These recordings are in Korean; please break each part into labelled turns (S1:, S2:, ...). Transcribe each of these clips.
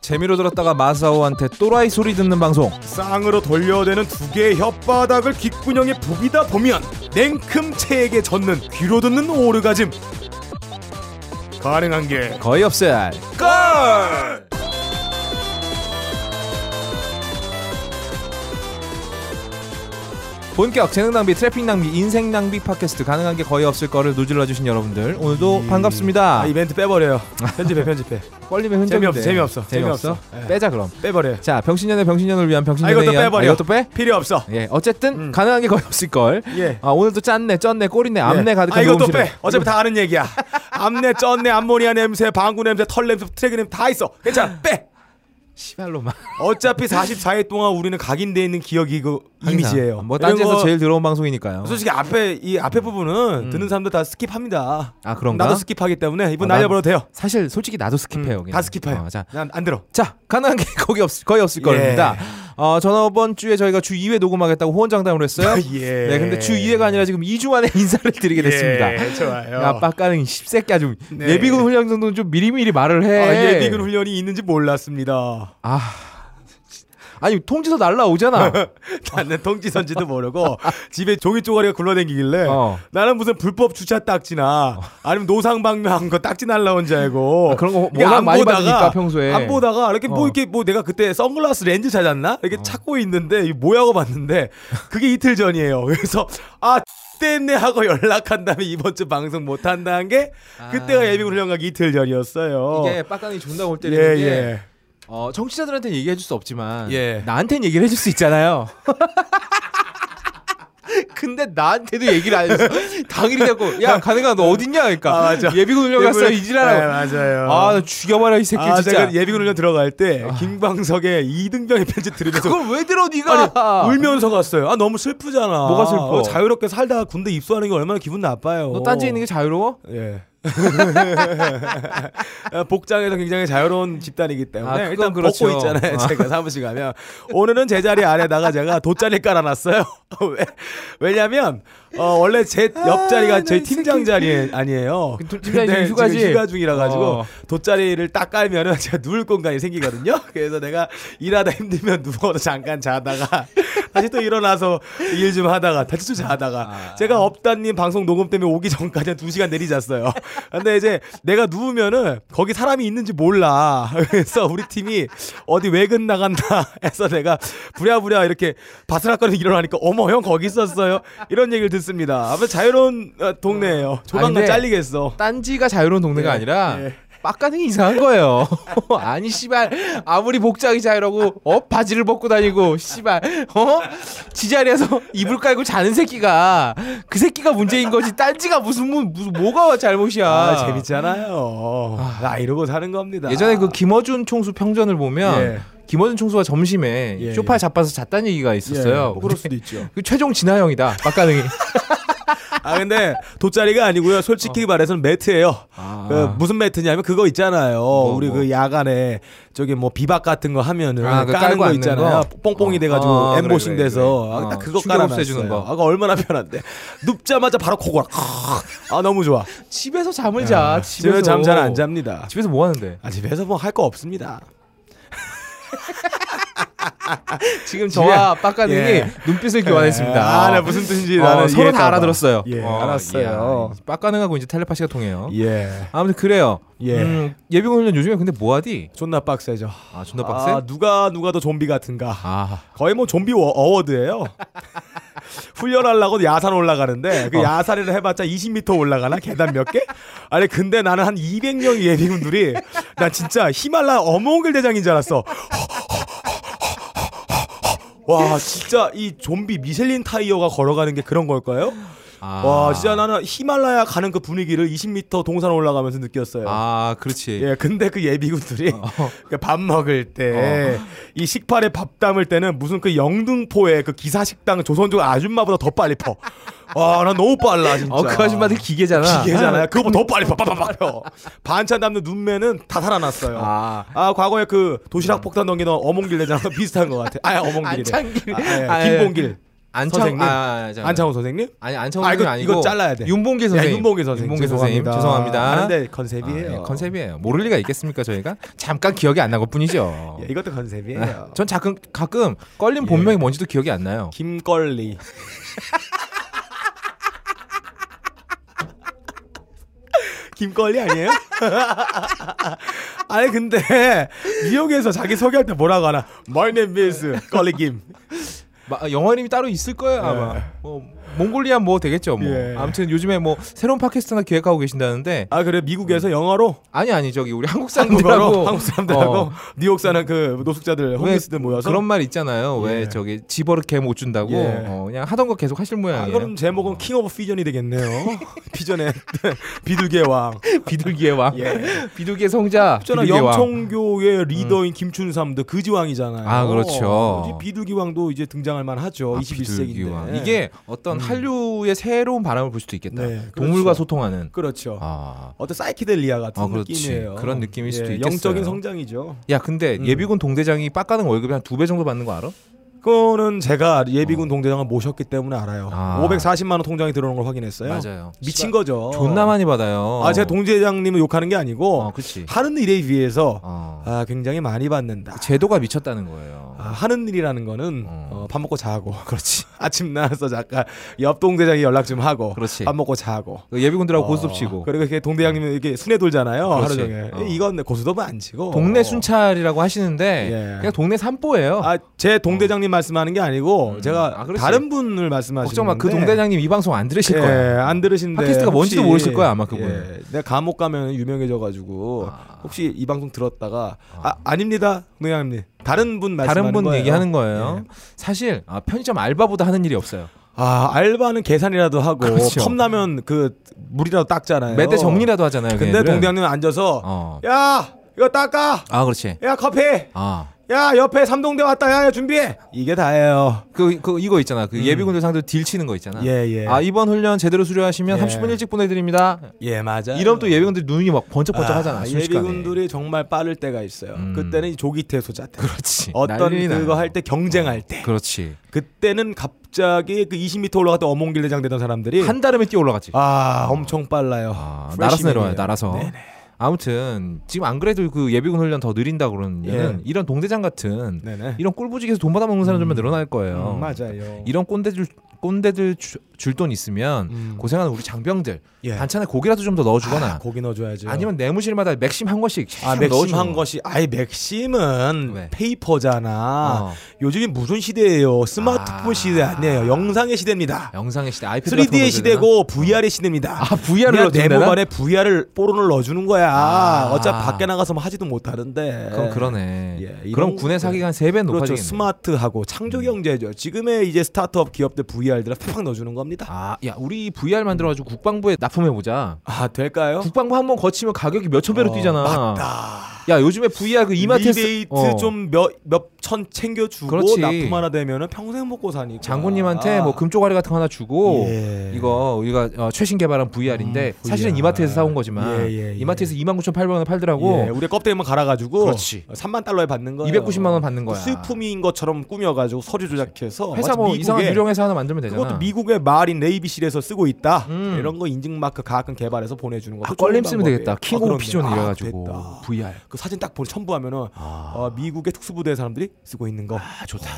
S1: 재미로 들었다가 마사오한테 또라이 소리 듣는 방송
S2: 쌍으로 돌려대는 두 개의 혓바닥을 귓구녕에 부비다 보면 냉큼 체에게 젖는 귀로 듣는 오르가즘 가능한 게
S1: 거의 없앨 아.
S2: 걸!
S1: 본격 재능 낭비, 트래핑 낭비, 인생 낭비 팟캐스트 가능한 게 거의 없을 거를 누질러 주신 여러분들 오늘도 반갑습니다.
S2: 아, 이벤트 빼버려요 편집해 편집해
S1: 뻘림의 흔적인데
S2: 재미없어, 재미없어,
S1: 재미없어.
S2: 재미없어. 예.
S1: 빼자 그럼.
S2: 빼버려요
S1: 자 병신년의 병신년을 위한 병신년에
S2: 아, 이것도
S1: 의한-
S2: 빼버려.
S1: 아, 이것도 빼?
S2: 필요 없어
S1: 예, 어쨌든
S2: 음.
S1: 가능한 게 거의 없을 걸.
S2: 예.
S1: 아 오늘도 짠내, 쩐내, 꼬리내, 암내
S2: 예.
S1: 가득한
S2: 아 이것도
S1: 녹음실에.
S2: 빼 어차피 다 아는 얘기야 암내 쩐내 암모니아 냄새 방구 냄새 털 냄새 트레그 냄새 다 있어 괜찮아 빼
S1: 시발로만.
S2: 어차피 44일 동안 우리는 각인돼 있는 기억이 그 이미지예요
S1: 뭐
S2: 이런
S1: 딴지에서
S2: 거
S1: 제일 들어온 방송이니까요.
S2: 솔직히 앞에 이 앞에 부분은 듣는 사람들 다 스킵합니다
S1: 음. 아, 그런가?
S2: 나도 스킵하기 때문에 이분
S1: 아, 난-
S2: 날려버려도 돼요
S1: 사실 솔직히 나도 스킵해요. 그냥.
S2: 음, 다 스킵해요
S1: 어, 자,
S2: 그냥 안 들어
S1: 자, 가능한 게 거의 없을 거의 없을
S2: 예.
S1: 겁니다. 어, 저번 주에 저희가 주 2회 녹음하겠다고 호언장담을 했어요.
S2: 예.
S1: 네, 근데 주 2회가 아니라 지금 2주 만에 인사를 드리게 됐습니다.
S2: 예, 좋아요
S1: 야, 빡가는 십새끼야 좀
S2: 네.
S1: 예비군 훈련 정도는 좀 미리미리 말을 해. 아,
S2: 아, 예비군 훈련이 있는지 몰랐습니다.
S1: 아니 통지서 날라오잖아. 어.
S2: 나는 통지선지도 모르고 집에 종이 쪼가리가 굴러댕기길래
S1: 어.
S2: 나는 무슨 불법 주차 딱지나 아니면 노상방뇨한 거 딱지 날라온 줄 알고
S1: 아, 그런 거
S2: 이게
S1: 워낙
S2: 안
S1: 많이
S2: 보다가-
S1: 받으니까, 평소에.
S2: 안 보다가 이렇게
S1: 어.
S2: 뭐 이렇게 뭐 내가 그때 선글라스 렌즈 찾았나 이렇게 찾고 있는데 이 뭐야 하고 봤는데 그게 이틀 전이에요. 그래서 아 때문에 하고 연락한 다음에 이번 주 방송 못 한다는 게 그때가 예비군 훈련 가기 이틀 전이었어요.
S1: 아. 이게 빡가능이 존나 골 때리는
S2: 예
S1: 게
S2: 예.
S1: 어, 청취자들한테 얘기해 줄 수 없지만
S2: 예.
S1: 나한테는 얘기를 해줄 수 있잖아요. 근데 나한테도 얘기를 안 해줘. 당일이 자꾸 야 가능한 너 어딨냐 그러니까
S2: 아, 맞아.
S1: 예비군 훈련 갔어
S2: 예비군- 네,
S1: 이지라라고.
S2: 맞아요.
S1: 아나 죽여봐라 이 새끼
S2: 아,
S1: 진짜. 아.
S2: 제가 예비군 훈련 들어갈 때 김광석의 이등병의 편집 들으면서
S1: 그걸 왜 들어 네가?
S2: 아니, 울면서 갔어요. 아 너무 슬프잖아.
S1: 뭐가 슬퍼?
S2: 어, 자유롭게 살다가 군대 입소하는 게 얼마나 기분 나빠요.
S1: 너 딴지 있는 게 자유로워?
S2: 예. 아, 복장에서 굉장히 자유로운 집단이기 때문에
S1: 아, 그건
S2: 일단
S1: 그렇죠.
S2: 벗고 있잖아요. 제가 사무실 가면 오늘은 제 자리 안에다가 제가 돗자리 깔아놨어요. 왜? 왜냐면 어, 원래 제 옆자리가
S1: 아,
S2: 저희
S1: 나이 새끼.
S2: 팀장 자리 아니에요.
S1: 그 팀장이
S2: 근데
S1: 지금 휴가지?
S2: 지금 휴가 중이라 가지고
S1: 어.
S2: 돗자리를 딱 깔면은 제가 누울 공간이 생기거든요. 그래서 내가 일하다 힘들면 누워서 잠깐 자다가 다시 또 일어나서 일 좀 하다가 다시 또
S1: 아.
S2: 자다가 제가 업다님 방송 녹음 때문에 오기 전까지 한 2시간 내리 잤어요. 근데 이제 내가 누우면은 거기 사람이 있는지 몰라. 그래서 우리 팀이 어디 외근 나간다 해서 내가 부랴부랴 이렇게 바스락거리며 일어나니까 어머 형 거기 있었어요. 이런 얘기를 듣습니다. 아마 자유로운 어, 동네예요.
S1: 아.
S2: 조만간
S1: 근데
S2: 잘리겠어.
S1: 딴지가 자유로운 동네가
S2: 예,
S1: 아니라
S2: 예.
S1: 빡가능이 이상한 거예요. 아니 씨발 아무리 복장이 자유라고 어 바지를 벗고 다니고 씨발 어 지자리에서 이불 깔고 자는 새끼가 그 새끼가 문제인 거지 딴지가 무슨 문 무슨 뭐가 잘못이야.
S2: 아, 재밌잖아요. 나 이러고 사는 겁니다.
S1: 예전에 그 김어준 총수 평전을 보면
S2: 예.
S1: 김어준 총수가 점심에
S2: 예,
S1: 쇼파에 자빠서 잤다는 얘기가 있었어요.
S2: 뭐 그럴 수도 있죠.
S1: 그 최종 진화형이다 빡가능이.
S2: 아 근데 돗자리가 아니고요. 솔직히 말해서는 매트예요.
S1: 어. 아.
S2: 그 무슨 매트냐면 그거 있잖아요. 우리
S1: 뭐.
S2: 그 야간에 저기 뭐 비박 같은 거 하면은
S1: 아, 그
S2: 까는
S1: 깔고
S2: 거
S1: 앉는
S2: 있잖아요.
S1: 거?
S2: 뽕뽕이
S1: 어.
S2: 돼가지고
S1: 아, 그래,
S2: 엠보싱
S1: 그래,
S2: 돼서
S1: 그래.
S2: 아,
S1: 어,
S2: 딱 그거
S1: 충격 없애주는 거.
S2: 깔아놨어요. 아, 그거 얼마나 편한데. 눕자마자 바로 코골아. 아 너무 좋아.
S1: 집에서 잠을 자. 집에서,
S2: 집에서 잠 잘 안 잡니다.
S1: 집에서 뭐 하는데?
S2: 아, 집에서 뭐 할 거 없습니다.
S1: 지금 저와
S2: 집에-
S1: 빡가능이
S2: 예.
S1: 눈빛을 교환했습니다.
S2: 아, 나 무슨 뜻인지
S1: 어,
S2: 나는
S1: 서로
S2: 이해할까
S1: 다
S2: 봐.
S1: 알아들었어요.
S2: 예,
S1: 어,
S2: 알았어요.
S1: 이야, 빡가능하고 이제 텔레파시가 통해요.
S2: 예.
S1: 아무튼 그래요.
S2: 예.
S1: 음, 예비군 훈련 요즘에 근데 뭐하디?
S2: 존나 빡세죠.
S1: 아 존나
S2: 아,
S1: 빡세?
S2: 누가 누가 더 좀비 같은가.
S1: 아,
S2: 거의 뭐 좀비 워- 어워드예요. 훈련하려고 야산 올라가는데 그
S1: 어.
S2: 야산을 해봤자 20m 올라가나 계단 몇 개? 아니 근데 나는 한 200명 예비군들이 나 진짜 히말라 어몽글 대장인 줄 알았어. 와 진짜 이 좀비 미셀린 타이어가 걸어가는 게 그런 걸까요?
S1: 아.
S2: 와 진짜 나는 히말라야 가는 그 분위기를 20m 동산 올라가면서 느꼈어요.
S1: 아 그렇지.
S2: 예, 근데 그 예비군들이
S1: 어.
S2: 그밥 먹을 때 이 식판에 밥 담을 때는 무슨 그 영등포의 그 기사식당 조선족 아줌마보다 더 빨리 퍼. 아, 나 너무 빨라 진짜.
S1: 어, 그 아줌마들 기계잖아.
S2: 기계잖아요. 네, 그거보다 더 빨리 퍼, 빠빠빠 펴. 반찬 담는 눈매는 다 살아났어요. 아.
S1: 아, 어.
S2: 과거에 그 도시락 폭탄 넘기던 어몽길 대장과 비슷한 것 같아. 아, 어몽길이래.
S1: 안창길.
S2: 아, 예,
S1: 아, 예.
S2: 김봉길.
S1: 안창
S2: 선생님?
S1: 아, 잠깐만.
S2: 안창호 선생님?
S1: 아니 안창호
S2: 아, 이거-
S1: 선생님 아, 니고
S2: 이거 잘라야 돼.
S1: 윤봉길
S2: 야,
S1: 선생님.
S2: 윤봉길 선생님.
S1: 윤봉길 선생님 죄송합니다.
S2: 아는데
S1: 아,
S2: 컨셉이에요.
S1: 예, 컨셉이에요. 모를 리가 있겠습니까 저희가? 잠깐 기억이 안 난 것뿐이죠.
S2: 예, 이것도 컨셉이에요.
S1: 전 가끔 가끔
S2: 예.
S1: 껄림 본명이 뭔지도 기억이 안 나요.
S2: 김걸리. 김걸리 아니에요? 아니 근데 뉴욕에서 자기 소개할 때 뭐라고 하나? My name is 걸리 김.
S1: 마- 아, 영어 이름이 따로 있을 거예요 아마.
S2: 예.
S1: 뭐 몽골리아 뭐 되겠죠 뭐.
S2: 예.
S1: 아무튼 요즘에 뭐 새로운 팟캐스트나 기획하고 계신다는데
S2: 아 그래 미국에서 영어로
S1: 아니 아니 저기 우리 네. 한국
S2: 한국어로
S1: 사람들하고
S2: 한국 사람들하고
S1: 어,
S2: 뉴욕 사는 그 노숙자들
S1: 왜
S2: 홈리스들 모여서
S1: 그런 말 있잖아요.
S2: 예.
S1: 왜 저기 집어를 개 못 준다고
S2: 예.
S1: 어, 그냥 하던 거 계속 하실
S2: 아,
S1: 모양이에요.
S2: 그럼 제목은 킹 오브 피전이 되겠네요. 피전의 비둘기의 왕.
S1: 비둘기의 왕,
S2: 예.
S1: 비둘기의 성자,
S2: 있잖아
S1: 비둘기의 왕. 음.
S2: 영천교의 리더인 김춘삼도 그지왕이잖아요.
S1: 아, 그렇죠.
S2: 이제 비둘기왕도 이제 등장할 만하죠.
S1: 아,
S2: 21세기인데. 예. 음.
S1: 비둘기왕. 이게 어떤 한류의 새로운 바람을 볼 수도 있겠다.
S2: 네,
S1: 동물과
S2: 그렇죠.
S1: 소통하는.
S2: 그렇죠.
S1: 아.
S2: 어떤 사이키델리아 같은
S1: 아, 그렇지.
S2: 느낌이에요. 예,
S1: 그런 느낌일 수도 있겠어요.
S2: 영적인 성장이죠.
S1: 야, 근데
S2: 음.
S1: 예비군 동대장이 빡가는 월급이 한 두 배 정도 받는 거 알아?
S2: 그거는 제가 예비군 동대장을 모셨기 때문에 알아요.
S1: 어. 아.
S2: 540만 원 통장에 들어오는 걸 확인했어요.
S1: 맞아요.
S2: 네. 미친 거죠.
S1: 존나 많이 받아요.
S2: 아 제가 동대장님을 욕하는 게 아니고
S1: 어, 그렇지.
S2: 하는 일에 비해서
S1: 어.
S2: 아, 굉장히 많이 받는다.
S1: 제도가 미쳤다는 거예요.
S2: 아, 하는 일이라는 거는
S1: 어.
S2: 어, 밥 먹고 자고 그렇지 아침 나와서 잠깐 옆 동대장이 연락 좀 하고
S1: 그렇지.
S2: 밥 먹고 자고
S1: 그 예비군들하고
S2: 어,
S1: 고스톱 치고
S2: 그리고 이렇게 동대장님은 이렇게 순회 돌잖아요 하루
S1: 그렇지.
S2: 종일
S1: 어.
S2: 이건 고스톱은 안 치고
S1: 동네 순찰이라고 하시는데
S2: 어. 예.
S1: 그냥 동네 산보예요.
S2: 아제 동대장님 말씀하는 게 아니고
S1: 어. 음.
S2: 제가
S1: 아, 그렇지.
S2: 다른 분을 말씀하시는
S1: 걱정 마. 그 동대장님 이 방송 안 들으실
S2: 예,
S1: 거야.
S2: 안 들으신데
S1: 팟캐스트가 뭔지도
S2: 혹시-
S1: 모르실 거야, 아마 그분은.
S2: 예, 내가 감옥 가면 유명해져가지고
S1: 아.
S2: 혹시 이 방송 들었다가 아, 아닙니다 동대장님 다른 분 말씀하는
S1: 다른 분
S2: 거예요.
S1: 얘기하는 거예요. 사실 아, 편의점 알바보다 하는 일이 없어요.
S2: 아 알바는 계산이라도 하고
S1: 그렇죠.
S2: 컵라면 그 물이라도 닦잖아요.
S1: 몇 대 정리라도 하잖아요.
S2: 네. 어. 근데
S1: 걔네들은.
S2: 동대장님 앉아서
S1: 어.
S2: 야 이거 닦아.
S1: 아 그렇지.
S2: 야 커피.
S1: 아.
S2: 야 옆에 삼동대 왔다. 야, 야 준비해. 이게 다예요.
S1: 그, 그 이거 있잖아. 그 예비군들 상대로 딜 치는 거 있잖아.
S2: 음. 예, 예.
S1: 아 이번 훈련 제대로 수료하시면
S2: 예.
S1: 30분 일찍 보내드립니다.
S2: 예 맞아.
S1: 이러면 또 예비군들 눈이 막 번쩍번쩍하잖아. 순식간에.
S2: 예비군들이 정말 빠를 때가 있어요.
S1: 음.
S2: 그때는 조기태 소자태.
S1: 그렇지.
S2: 어떤
S1: 난리 나요.
S2: 그거 할 때 경쟁할 때.
S1: 그렇지.
S2: 그때는 갑자기 그 20m 올라갔다 어몽길 대장 되던 사람들이
S1: 한 다름에 뛰어 올라갔지.
S2: 아 엄청 빨라요.
S1: 아, 날아서
S2: 프레시맨이에요.
S1: 내려와요. 날아서. 아무튼 지금 안 그래도 그 예비군 훈련 더 느린다 그러면
S2: 예.
S1: 이런 동대장 같은
S2: 네네.
S1: 이런 꿀부직에서 돈 받아먹는 사람들만 늘어날 거예요.
S2: 음, 맞아요.
S1: 이런 꼰대들 꼰대들 줄 돈 있으면
S2: 음.
S1: 고생하는 우리 장병들
S2: 예.
S1: 반찬에 고기라도 좀 더 넣어주거나
S2: 고기 넣어줘야죠.
S1: 아, 니면 내무실마다 맥심 한 권씩
S2: 아 맥심 한 것이 아이 맥심은
S1: 왜?
S2: 페이퍼잖아.
S1: 어.
S2: 요즘이 무슨 시대예요? 스마트폰
S1: 아.
S2: 시대 아니에요. 영상의 시대입니다.
S1: 영상의 시대 아이패드
S2: 3D의 시대고 VR의 시대입니다.
S1: 아, VR 를
S2: 그냥
S1: 넣어준다나?
S2: 내 모발에 VR을 뽀로를 넣어주는 거야.
S1: 아.
S2: 어차피 밖에 나가서 뭐 하지도 못하는데.
S1: 그럼 그러네
S2: 예, 이런
S1: 그럼 군의
S2: 것들.
S1: 사기가 한 세배
S2: 그렇죠.
S1: 높아지겠네
S2: 스마트하고 창조 경제죠. 지금의 이제 스타트업 기업들 VR들을 팍팍 넣어주는 겁니다.
S1: 아야 우리 VR 만들어가지고 국방부에 납품해보자
S2: 아 될까요?
S1: 국방부 한 번 거치면 가격이 몇천 배로
S2: 어,
S1: 뛰잖아
S2: 맞다.
S1: 야 요즘에 VR 그 이마테스
S2: 리베이트
S1: 어.
S2: 좀몇몇천 챙겨주고
S1: 그렇지.
S2: 납품 하나 되면은 평생 먹고 사니까
S1: 장군님한테 뭐 금쪽아리 같은 거 하나 주고
S2: 예.
S1: 이거 우리가 어, 최신 개발한 VR인데
S2: 음,
S1: 사실은
S2: VR.
S1: 이마트에서 사온 거지만
S2: 예, 예, 예.
S1: 이마트에서 29,800원에 팔더라고
S2: 예, 우리 껍데기만 갈아가지고
S1: 그렇지.
S2: 3만 달러에 받는 거예요
S1: 290만 원 받는 거야.
S2: 수입품인 것처럼 꾸며가지고 서류 조작해서
S1: 회사
S2: 마치
S1: 뭐
S2: 예, 미국의-
S1: 이상한 유령 회사 하나 만들면 되잖아.
S2: 그것도 미국의 마린 레이비실에서 쓰고 있다
S1: 음.
S2: 이런 거 인증 마크 가끔 개발해서 보내주는 거
S1: 아, 껄림 쓰면 되겠다. 킹 오브 피존
S2: 아,
S1: 이래가지고 VR.
S2: 그 사진 딱 보, 첨부하면은 어, 미국의 특수부대 사람들이 쓰고 있는 거 어,
S1: 아 좋다.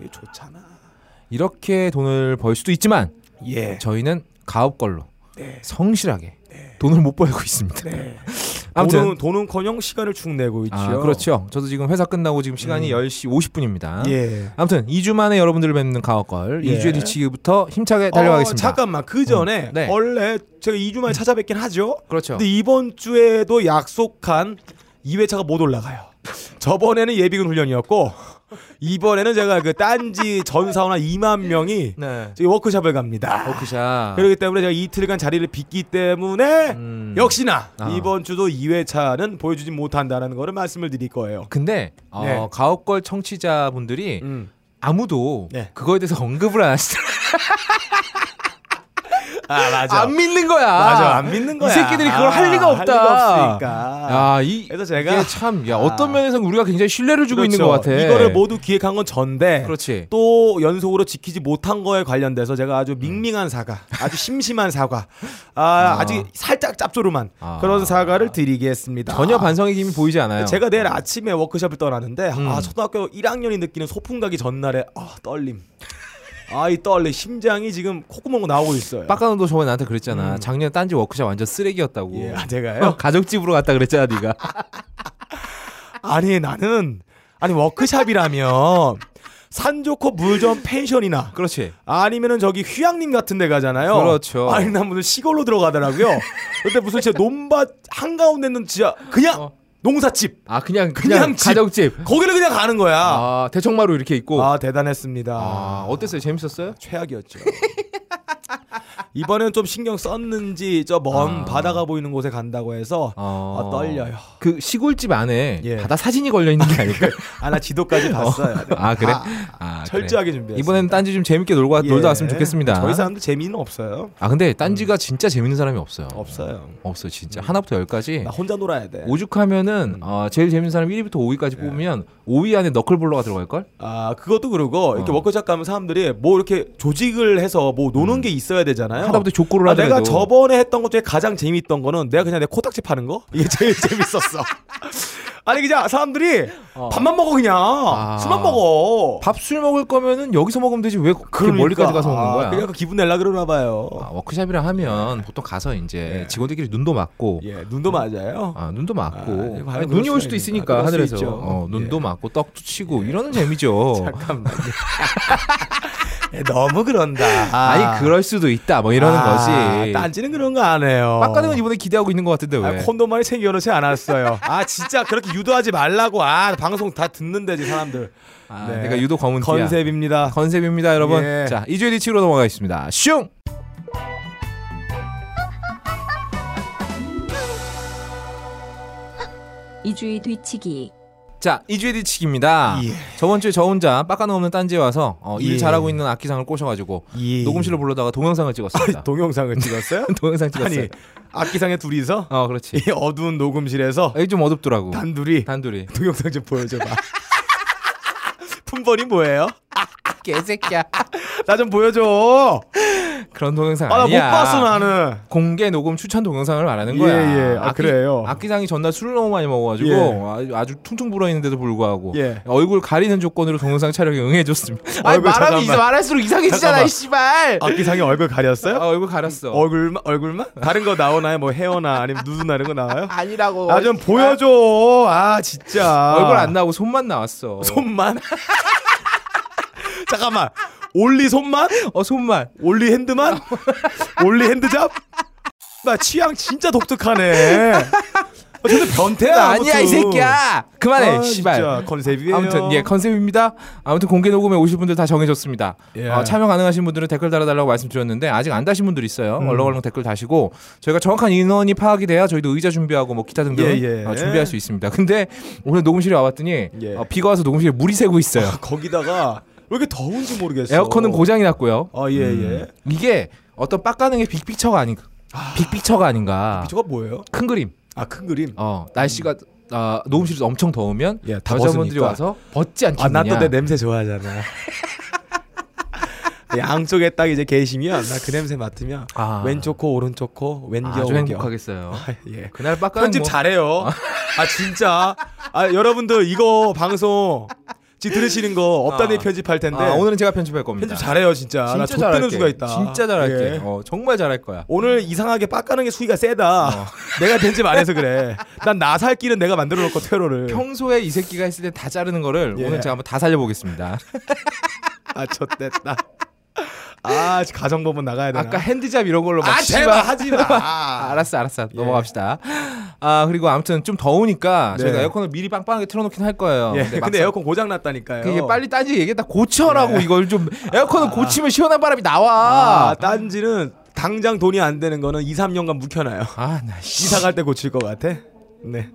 S2: 이게 좋잖아
S1: 이렇게 돈을 벌 수도 있지만
S2: 예
S1: 저희는 가업 걸로
S2: 네.
S1: 성실하게 돈을 못 벌고 있습니다. 아무튼
S2: 돈은, 돈은커녕 시간을 축내고 있죠 음.
S1: 아, 그렇죠. 저도 지금 회사 끝나고 지금 시간이 10시 50분입니다.
S2: 예
S1: 아무튼 2주 만에 여러분들을 뵙는 가업걸
S2: 예.
S1: 2주의 뒤치기부터 힘차게 네, 달려가겠습니다.
S2: 어, 잠깐만 그 전에
S1: 음, 네. 음.
S2: 원래 제가 2주 만에 찾아뵙긴 하죠.
S1: 그렇죠.
S2: 근데 이번 주에도 약속한 2회차가 못 올라가요. 저번에는 예비군 훈련이었고 이번에는 제가 그 딴지 전 사원한 2만 명이
S1: 네.
S2: 저기 워크숍을 갑니다.
S1: 워크샵.
S2: 그렇기 때문에 제가 이틀간 자리를 빚기 때문에
S1: 음.
S2: 역시나
S1: 아.
S2: 이번 주도 2회차는 보여주지 못한다라는 거를 말씀을 드릴 거예요.
S1: 근데 어,
S2: 네.
S1: 가옥걸 청취자분들이
S2: 음.
S1: 아무도
S2: 네.
S1: 그거에 대해서 언급을 안 하시더라고요.
S2: 아 맞아.
S1: 안 믿는 거야.
S2: 맞아 안 믿는 거야.
S1: 이 새끼들이 그걸 할 리가
S2: 아,
S1: 없다. 아,
S2: 할 리가 없으니까.
S1: 야, 이
S2: 그래서 제가
S1: 이게 참, 야 어떤
S2: 아.
S1: 면에서는 우리가 굉장히 신뢰를 주고 있는 것
S2: 그렇죠.
S1: 같아.
S2: 이거를 모두 기획한 건 전데
S1: 그렇지.
S2: 또 연속으로 지키지 못한 거에 관련돼서 제가 아주 밍밍한 사과, 아주 심심한 사과, 아,
S1: 아.
S2: 아. 직 살짝 짭조름한
S1: 아.
S2: 그런 사과를 드리겠습니다.
S1: 전혀 반성의 힘이 보이지 않아요.
S2: 제가 내일 아침에 워크숍을 떠나는데
S1: 음.
S2: 아 초등학교 1학년이 느끼는 소풍 가기 전날에 아 떨림. 아 이 떨림 심장이 지금 콧구멍 나오고 있어요.
S1: 빡가는도 저번에 나한테 그랬잖아. 작년 딴지 워크숍 완전 쓰레기였다고.
S2: 예, 아,
S1: 어,
S2: 제가요?
S1: 가정집으로 갔다 그랬잖아, 네가.
S2: 아니 나는 아니 워크샵이라면 산 좋고 물좋은 펜션이나
S1: 그렇지.
S2: 아니면은 저기 휴양림 같은 데 가잖아요.
S1: 그렇죠.
S2: 아니 나 무슨 시골로 들어가더라고요. 근데 무슨 진짜 논밭 한가운데 있는 진짜 그냥
S1: 어.
S2: 농사집
S1: 아 그냥 그냥,
S2: 그냥 집.
S1: 가정집.
S2: 거기를 그냥 가는 거야. 아,
S1: 아 대청마루 이렇게 있고. 아,
S2: 대단했습니다.
S1: 어땠어요? 재밌었어요?
S2: 최악이었죠. 이번엔 좀 신경 썼는지 저 먼
S1: 아. 어.
S2: 바다가 보이는 곳에 간다고 해서 아, 떨려요.
S1: 그 시골집 안에
S2: 예.
S1: 바다 사진이 걸려 있는 게 아닐까?
S2: 아 나 지도까지 봤어요.
S1: 아 그래?
S2: 다
S1: 아,
S2: 철저하게
S1: 그래.
S2: 준비했어요.
S1: 이번에는 딴지 좀 재밌게 놀고
S2: 예.
S1: 와- 놀다 왔으면 좋겠습니다.
S2: 저희 사람도 재미는 없어요.
S1: 아 근데 딴지가 진짜 재밌는 사람이 없어요.
S2: 없어요.
S1: 없어 진짜 하나부터 열까지
S2: 나 혼자 놀아야 돼.
S1: 예. 오죽하면은 어, 제일 재밌는 사람 1위부터 5위까지
S2: 예.
S1: 뽑으면 5위 안에 너클볼러가 들어갈 걸?
S2: 아 그것도 그러고 이렇게
S1: 어.
S2: 워크숍 가면 사람들이 뭐 이렇게 조직을 해서 뭐 노는 게 있어야 되잖아요.
S1: 음. 하다못해 족구를
S2: 아,
S1: 하더라도
S2: 내가 저번에 했던 것 중에 가장 재미있던 거는 내가 그냥 내 코딱지 파는 거 이게 제일 재밌었어. 아니 그냥 사람들이
S1: 어. 아.
S2: 밥만 먹어 그냥 술만 먹어.
S1: 밥 술 먹을 거면은 여기서 먹으면 되지 왜 그렇게 멀리까지 가서 먹는
S2: 아,
S1: 거야?
S2: 그냥 그 기분 내려 그러나 봐요.
S1: 아, 워크샵이라 하면 보통 가서 이제 직원들끼리 눈도 맞고
S2: 예 눈도 맞아요.
S1: 아, 눈도 맞고
S2: 이거
S1: 아니,
S2: 하는
S1: 눈이 올
S2: 그럴
S1: 수도
S2: 수
S1: 있으니까
S2: 있- 그럴 수
S1: 하늘에서
S2: 있죠.
S1: 어, 눈도
S2: 예.
S1: 맞고 떡도 치고 이러는 재미죠.
S2: 잠깐만. 예, 너무 그런다.
S1: 아. 니 그럴 수도 있다 뭐 이러는
S2: 아,
S1: 거지.
S2: 딴지는 그런 거 안 해요.
S1: 빡가는 건 이번에 기대하고 있는 것 같은데 왜?
S2: 아, 콘돔만이 챙겨놓지 않았어요. 아 진짜 그렇게 유도하지 말라고. 아 방송 다 듣는데지 사람들.
S1: 아,
S2: 네.
S1: 내가 유독 검은 티야.
S2: 컨셉입니다.
S1: 컨셉입니다, 여러분.
S2: 예.
S1: 자, 이주의 리치로 넘어가겠습니다. 슝!
S3: 이주의 뒤치기
S1: 자, 이주의 리치기입니다.
S2: 예.
S1: 저번 주에 저 혼자 빡가는 없는 딴지에 와서 어, 일
S2: 예.
S1: 잘하고 있는 악기상을 꼬셔가지고
S2: 예.
S1: 녹음실로 불러다가 동영상을 찍었습니다.
S2: 동영상을 찍었어요?
S1: 동영상 찍었어요.
S2: 아니 악기상에 둘이서
S1: 어, 그렇지.
S2: 이 어두운 녹음실에서
S1: 여기 좀 어둡더라고.
S2: 단둘이
S1: 단둘이.
S2: 동영상 좀 보여줘봐. 품번이 뭐예요?
S1: 개새끼야.
S2: 나 좀 보여줘.
S1: 그런 동영상
S2: 아 나 못
S1: 아니야.
S2: 봤어 나는.
S1: 공개 녹음 추천 동영상을 말하는
S2: 예,
S1: 거야.
S2: 예. 아, 그래요?
S1: 악기상이 전날 술을 너무 많이 먹어가지고 아주, 아주 퉁퉁 불어있는데도 불구하고
S2: 예.
S1: 얼굴 가리는 조건으로 동영상 촬영에 응해줬습니다. 아니,
S2: 얼굴
S1: 말하면
S2: 잠깐만.
S1: 이제 말할수록 이상해지잖아,
S2: 잠깐만.
S1: 이 씨발.
S2: 악기상에 얼굴 가렸어요?
S1: 아, 얼굴 가렸어.
S2: 얼굴만 얼굴만? 다른 거 나오나요? 뭐 헤어나 아니면 누드나 이런 거 나와요?
S1: 아니라고.
S2: 나 좀 보여줘. 아 진짜.
S1: 얼굴 안 나오고 손만 나왔어.
S2: 손만? 잠깐만. 올리 손만?
S1: 어 손만.
S2: 올리 핸드만? 올리 핸드잡? 나 취향 진짜 독특하네. 아, 저도 변태야.
S1: 아니야 이
S2: 아무튼.
S1: 새끼야. 그만해
S2: 아,
S1: 씨발.
S2: 진짜 컨셉이에요.
S1: 아무튼 예 컨셉입니다. 아무튼 공개 녹음에 오실 분들 다 정해졌습니다.
S2: 예.
S1: 어, 참여 가능하신 분들은 댓글 달아달라고 말씀드렸는데 아직 안 다신 분들 있어요.
S2: 음.
S1: 얼렁얼렁 댓글 다시고 저희가 정확한 인원이 파악이 돼야 저희도 의자 준비하고 뭐 기타 등등
S2: 예, 예.
S1: 어, 준비할 수 있습니다. 근데 오늘 녹음실에 와봤더니
S2: 예.
S1: 어, 비가 와서 녹음실에 물이 새고 있어요.
S2: 거기다가 왜 이렇게 더운지 모르겠어.
S1: 에어컨은 고장이 음. 났고요.
S2: 아 예예.
S1: 이게 어떤 빡가능의 빅픽처가 아닌가? 빅픽처가 아닌가?
S2: 저거 뭐예요?
S1: 큰 그림.
S2: 아 큰 그림.
S1: 어 날씨가 아, 녹음실에서 엄청 더우면
S2: 예, 다
S1: 여자분들이
S2: 벗으니까.
S1: 와서 벗지
S2: 아,
S1: 않겠느냐.
S2: 난 또 내 냄새 좋아하잖아. 양쪽에 딱 이제 계시면 나 그 냄새 맡으면
S1: 아.
S2: 왼쪽 코 오른쪽 코 왼겨
S1: 아주
S2: 오겨.
S1: 행복하겠어요.
S2: 아, 예.
S1: 그날 빡가는
S2: 편집
S1: 뭐-
S2: 잘해요. 아 진짜. 아 여러분들 이거 방송 지금 들으시는 거 업다니
S1: 아.
S2: 편집할 텐데
S1: 아, 오늘은 제가 편집할 겁니다. 아,
S2: 편집 잘해요 진짜. 나
S1: 진짜
S2: 좆되는
S1: 잘할게.
S2: 수가 있다.
S1: 진짜 잘할게.
S2: 예.
S1: 어, 정말 잘할 거야.
S2: 오늘 이상하게 빡가는 게 수위가 세다.
S1: 어.
S2: 내가 편집 안 해서 그래. 난 나 살 길은 내가 만들어 놓고 퇴로를.
S1: 평소에 이 새끼가 했을 때 다 자르는 거를
S2: 예.
S1: 오늘 제가 한번 다 살려보겠습니다.
S2: 아 좆됐다. 아 가정법은 나가야 되나.
S1: 아까 핸드잡 이런 걸로 막
S2: 아,
S1: 씨발.
S2: 제발 예. 하지 마.
S1: 아, 알았어, 알았어. 넘어갑시다. 아 그리고 아무튼 좀 더우니까
S2: 네.
S1: 저희가 에어컨을 미리 빵빵하게 틀어놓긴 할 거예요.
S2: 예,
S1: 근데
S2: 근데,
S1: 막상
S2: 에어컨 고장 났다니까요.
S1: 그게 빨리 딴지 얘기했다 고쳐라고 이걸 좀 에어컨을 고치면 시원한 바람이
S2: 아,
S1: 나와.
S2: 딴지는 당장 돈이 안
S1: 아,
S2: 되는 거는 2, 3년간 묵혀놔요.
S1: 아나 씨.
S2: 이사 갈 때 고칠 것 같아. 네.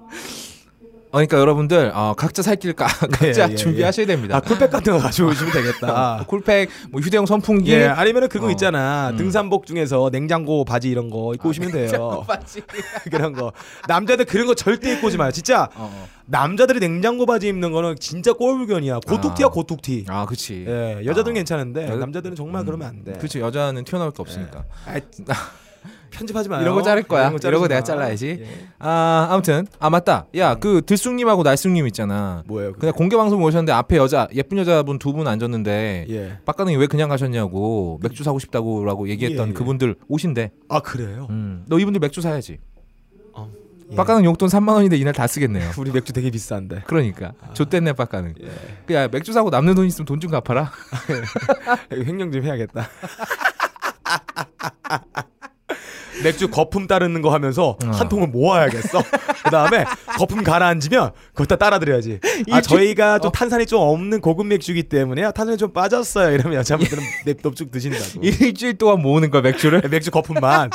S1: 그러니까 여러분들 어, 각자 살 길 가, 각자
S2: 예, 예,
S1: 준비하셔야
S2: 아
S1: 됩니다.
S2: 쿨백 같은 거 가져오시면 되겠다. 아,
S1: 쿨팩, 뭐 휴대용 선풍기,
S2: 예, 아니면은 그거
S1: 어. 아,
S2: 있잖아. 등산복 중에서 냉장고 바지 이런 거 입고 오시면 돼요.
S1: 바지.
S2: 그런 거. 남자들 그런 거 절대 입고 오지 마요. 진짜
S1: 어, 어.
S2: 남자들이 냉장고 바지 입는 거는 진짜 꼴불견이야. 고툭티야
S1: 아.
S2: 고툭티.
S1: 아, 그치.
S2: 예, 여자들은
S1: 아.
S2: 괜찮은데
S1: 여- 음.
S2: 남자들은 정말 그러면 안 돼.
S1: 그치, 여자는 튀어나올 게 없으니까.
S2: 예. 아이, 편집하지 마요.
S1: 이런 거 자를 거야.
S2: 거
S1: 이런 거
S2: 자르지
S1: 내가
S2: 마.
S1: 잘라야지.
S2: 예.
S1: 아, 아무튼. 아, 맞다. 야, 그 들쑥님하고 날쑥님 있잖아.
S2: 뭐예요? 그게?
S1: 그냥 공개 방송 오셨는데 앞에 여자, 예쁜 여자분 두 분 앉았는데.
S2: 예.
S1: 빡가능이 왜 그냥 가셨냐고 맥주 사고 싶다고라고 얘기했던
S2: 예, 예.
S1: 그분들 오신대.
S2: 아 그래요?
S1: 음. 너 이분들 맥주 사야지.
S2: 어. 예.
S1: 빡가능 용돈 3만 원인데 이날 다 쓰겠네요.
S2: 우리 맥주 되게 비싼데.
S1: 그러니까 좆됐네 빡가능.
S2: 아. 예.
S1: 야 맥주 사고 남는 돈 있으면 돈 좀 갚아라.
S2: 이거 횡령 좀 해야겠다. 맥주 거품 따르는 거 하면서 한 통을 모아야겠어. 그 다음에 거품 가라앉으면 그걸 다 따라드려야지. 아
S1: 이게
S2: 저희가 좀
S1: 어.
S2: 탄산이 좀 없는 고급 맥주기 때문에요. 아, 탄산이 좀 빠졌어요. 이러면 여자분들은 냅덥쭉 드신다고. 네,
S1: 일주일 동안 모으는 거야 맥주를.
S2: 맥주 거품만.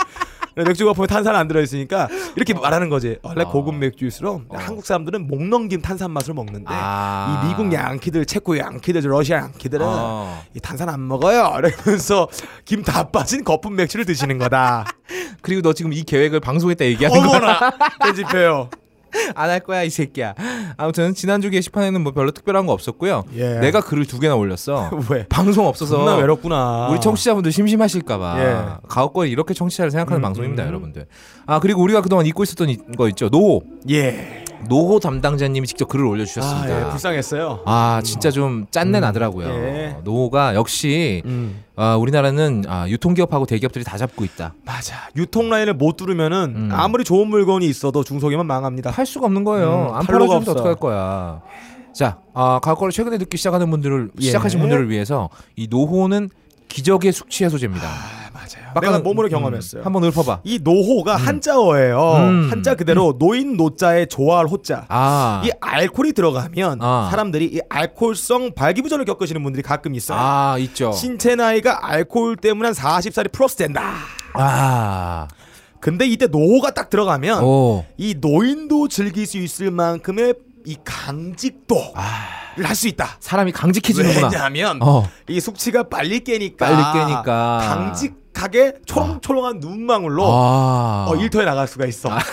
S2: 네, 맥주 거품에 탄산 안 들어있으니까 이렇게 말하는 거지. 원래
S1: 어.
S2: 고급 맥주일수록 한국 사람들은 목 넘김 탄산 맛을 먹는데
S1: 아.
S2: 네. 이 미국 양키들, 체코 양키들, 러시아 양키들은
S1: 어.
S2: 이 탄산 안 먹어요. 이러면서 김 다 빠진 거품 맥주를 드시는 거다.
S1: 그리고 너 지금 이 계획을 방송에 다 얘기하는 거야.
S2: 어머나 편집해요.
S1: 안 할 거야 이 새끼야. 아무튼 지난주 게시판에는 뭐 별로 특별한 거 없었고요.
S2: 예.
S1: 내가 글을 두 개나 올렸어.
S2: 왜?
S1: 방송 없어서
S2: 존나 외롭구나. 아.
S1: 우리 청취자분들 심심하실까봐
S2: 예.
S1: 가옥걸 이렇게 청취자를 생각하는
S2: 음,
S1: 방송입니다,
S2: 음.
S1: 여러분들. 아 그리고 우리가 그동안 잊고 있었던 이- 거 있죠. 노호
S2: 예.
S1: 노호 담당자님이 직접 글을
S2: 아,
S1: 올려주셨습니다. 아,
S2: 예. 불쌍했어요.
S1: 진짜 좀 짠내 나더라고요.
S2: 예.
S1: 노호가 역시
S2: 음.
S1: 아, 우리나라는 아, 유통기업하고 대기업들이 다 잡고 있다.
S2: 맞아. 유통 라인을 못 뚫으면은
S1: 음.
S2: 아무리 좋은 물건이 있어도 중소기업은 망합니다.
S1: 팔 수가 없는 거예요.
S2: 음,
S1: 안
S2: 팔로가
S1: 팔아주면
S2: 없어.
S1: 어떡할 거야. 자, 아, 가옥걸을 최근에 듣기 시작하는 분들을
S2: 예.
S1: 시작하신 분들을 위해서 이 노호는 기적의 숙취 해소제입니다.
S2: 아, 맞아요.
S1: 아까는-
S2: 내가 몸으로
S1: 음,
S2: 경험했어요.
S1: 한번 읊어봐.
S2: 이 노호가 한자어예요.
S1: 음.
S2: 한자 그대로 노인 노자에 조화할 호자.
S1: 아,
S2: 이 알코올이 들어가면
S1: 아.
S2: 사람들이 이 알코올성 발기부전을 겪으시는 분들이 가끔 있어요.
S1: 아 있죠.
S2: 신체 나이가 알코올 때문에 한 40살이 플러스 된다.
S1: 아,
S2: 근데 이때 노호가 딱 들어가면
S1: 오,
S2: 이 노인도 즐길 수 있을 만큼의 이 강직도를
S1: 아,
S2: 할 수 있다.
S1: 사람이 강직해지는구나.
S2: 왜냐하면
S1: 어,
S2: 이 숙취가 빨리 깨니까
S1: 빨리 깨니까.
S2: 강직하게 초롱초롱한 눈망울로
S1: 아,
S2: 어, 일터에 나갈 수가 있어. 아,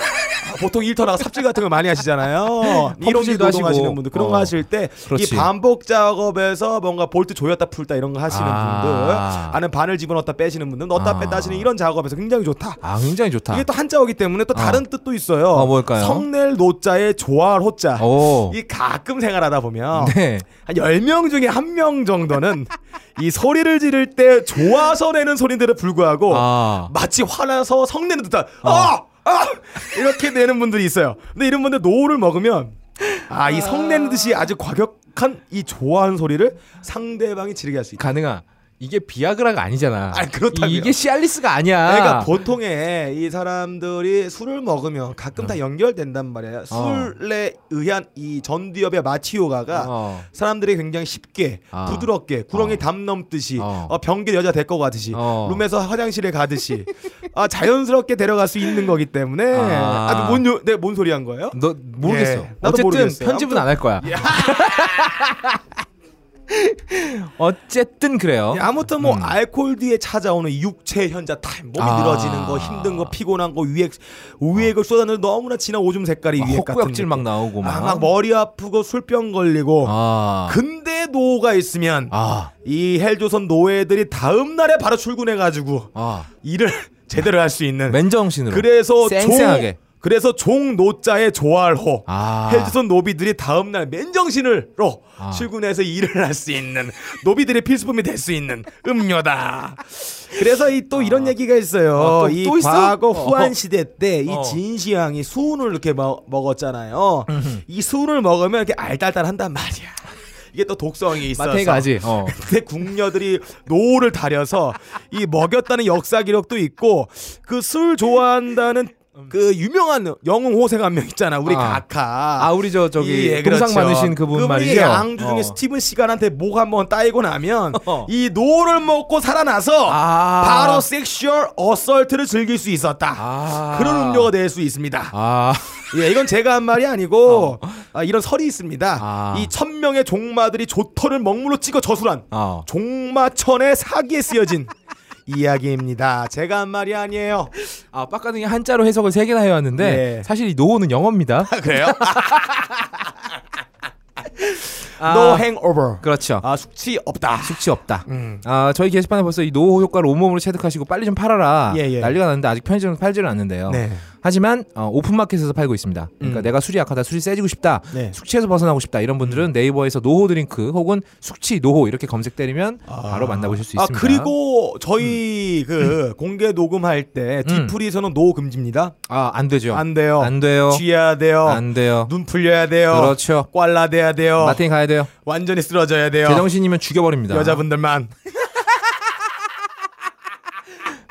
S2: 보통 일터 나가 삽질 같은 걸 많이 하시잖아요. 일용직
S1: 펌프질도 하시고.
S2: 노동하시는 분들 그런
S1: 어.
S2: 거 하실 때 이
S1: 그렇지.
S2: 반복 작업에서 뭔가 볼트 조였다 풀다 이런 거 하시는
S1: 아.
S2: 분들 아는 바늘 집어넣었다 빼시는 분들 넣었다
S1: 아.
S2: 뺐다 하시는 이런 작업에서 굉장히 좋다.
S1: 아, 굉장히 좋다.
S2: 이게 또 한자어기 때문에 또 다른 뜻도 있어요.
S1: 어, 뭘까요?
S2: 성낼 노자에 조화할 호자.
S1: 오,
S2: 이 가끔 생활하다 보면
S1: 네,
S2: 한 10명 중에 한 명 정도는 이 소리를 지를 때 좋아서 내는 소리들에 불구하고
S1: 아,
S2: 마치 화나서 성내는 듯한 아! 아! 이렇게 내는 분들이 있어요. 근데 이런 분들 노후를 먹으면 아 이 성내는 듯이 아주 과격한 이 좋아하는 소리를 상대방이 지르게 할 수 있다.
S1: 가능아. 이게 비아그라가 아니잖아.
S2: 아, 그렇다고요.
S1: 이게 시알리스가 아니야.
S2: 그러니까 보통의 이 사람들이 술을 먹으면 가끔
S1: 어.
S2: 다 연결된단 말이에요. 술에 의한 이 전두엽의 마취효과가
S1: 어.
S2: 사람들이 굉장히 쉽게
S1: 아.
S2: 부드럽게 구렁이
S1: 어.
S2: 담 넘듯이
S1: 어.
S2: 어, 변기 여자 데리고 가듯이
S1: 어.
S2: 룸에서 화장실에 가듯이 아, 자연스럽게 데려갈 수 있는 거기 때문에
S1: 아.
S2: 아, 뭔, 요- 네, 뭔 소리 한 거예요?
S1: 너 모르겠어.
S2: 예, 나도
S1: 어쨌든
S2: 모르겠어요.
S1: 편집은 안 할 거야. 어쨌든 그래요.
S2: 예, 아무튼 뭐 알코올 뒤에 찾아오는 이 육체 현자 타임 몸이
S1: 아. 어.
S2: 늘어지는 거 힘든 거 피곤한 거 위액 위액을 쏟아내는 너무나 진한 오줌 색깔이
S1: 아,
S2: 위액 같은
S1: 헛구역질 막 나오고 막.
S2: 아, 막그 머리 아프고 술병 걸리고
S1: 아.
S2: 근데 노가 있으면
S1: 아.
S2: 이 헬조선 노예들이 다음 날에 바로 출근해 가지고
S1: 아.
S2: 일을 제대로 할 수 있는
S1: 맨정신으로.
S2: 그래서
S1: 쌩쌩하게.
S2: 종 그래서 종 노자의 조알호
S1: 아.
S2: 헬조선 노비들이 다음 날 맨정신으로
S1: 아.
S2: 출근해서 일을 할 수 있는 노비들의 필수품이 될 수 있는 음료다. 그래서 이 또 이런 얘기가 있어요.
S1: 어, 또-
S2: 이
S1: 또 있어?
S2: 과거
S1: 어.
S2: 후한 시대 때 이
S1: 어.
S2: 진시황이 수운을 이렇게 먹, 먹었잖아요. 이 수운을 먹으면 이렇게 알딸딸한단 말이야. 이게 또 독성이 있어서
S1: 마태이가 아직 어.
S2: 그때 궁녀들이 노를 다려서 이 먹였다는 역사 기록도 있고 그 술 좋아한다는 그 유명한 영웅 호생 한 명 있잖아 우리
S1: 아.
S2: 가카
S1: 아 우리 저 저기
S2: 예,
S1: 동상
S2: 그렇죠.
S1: 많으신 그분
S2: 그분이
S1: 말이죠.
S2: 양주 중에
S1: 어.
S2: 스티븐 시간한테 목 한번 따이고 나면
S1: 어.
S2: 이 노를 먹고 살아나서
S1: 아.
S2: 바로 섹슈얼 어설트를 즐길 수 있었다
S1: 아.
S2: 그런 음료가 될 수 있습니다
S1: 아. 어.
S2: 예, 이건 제가 한 말이 아니고 아, 이런 설이 있습니다.
S1: 아.
S2: 이 천명의 종마들이 조터를 먹물로 찍어 저술한
S1: 어.
S2: 종마천의 사기에 쓰여진 이야기입니다. 제가 한 말이 아니에요.
S1: 아, 빡가능이 한자로 해석을 세 개나 해왔는데
S2: 예.
S1: 사실 이 노어는 영어입니다.
S2: 그래요?
S1: 아,
S2: No hangover.
S1: 그렇죠.
S2: 아 숙취 없다.
S1: 숙취 없다.
S2: 음.
S1: 아, 저희 게시판에 벌써 이 노호 효과를 온몸으로 체득하시고 빨리 좀 팔아라.
S2: 예, 예.
S1: 난리가 났는데 아직 편의점에서 팔지는 않는데요.
S2: 네.
S1: 하지만 어, 오픈마켓에서 팔고 있습니다. 그러니까
S2: 음.
S1: 내가 술이 약하다, 술이 세지고 싶다,
S2: 네. 음.
S1: 숙취에서 벗어나고 싶다 이런 분들은 네이버에서 노호 드링크 혹은 숙취 노호 이렇게 검색 때리면 바로 만나보실 수
S2: 아
S1: 있습니다.
S2: 그리고 저희 그 공개 녹음할 때 뒤풀이에서는 노 금지입니다.
S1: 아, 안 되죠.
S2: 안 돼요.
S1: 안 돼요.
S2: 쥐야 돼요.
S1: 안 돼요.
S2: 눈 풀려야 돼요.
S1: 그렇죠.
S2: 꽐라 돼야 돼요.
S1: 마틴 가야 돼요.
S2: 완전히 쓰러져야 돼요.
S1: 제정신이면 죽여버립니다.
S2: 여자분들만.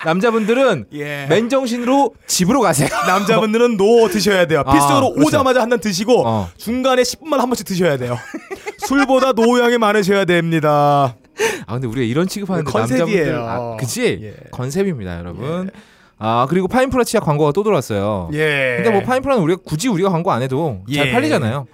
S1: 남자분들은
S2: 예.
S1: 맨정신으로 집으로 가세요.
S2: 남자분들은 노 드셔야 돼요.
S1: 아,
S2: 필수로
S1: 그렇죠.
S2: 오자마자 한 잔 드시고
S1: 어.
S2: 중간에 10분만 한 번씩 드셔야 돼요. 술보다 노양이 많으셔야 됩니다.
S1: 아 근데 우리가 이런 취급하는
S2: 컨셉이에요.
S1: 남자분들 아, 그치
S2: 예.
S1: 컨셉입니다, 여러분. 아 그리고 파인프라 치약 광고가 또 들어왔어요.
S2: 예.
S1: 근데 뭐 파인프라는 우리가 굳이 우리가 광고 안 해도 잘
S2: 예.
S1: 팔리잖아요.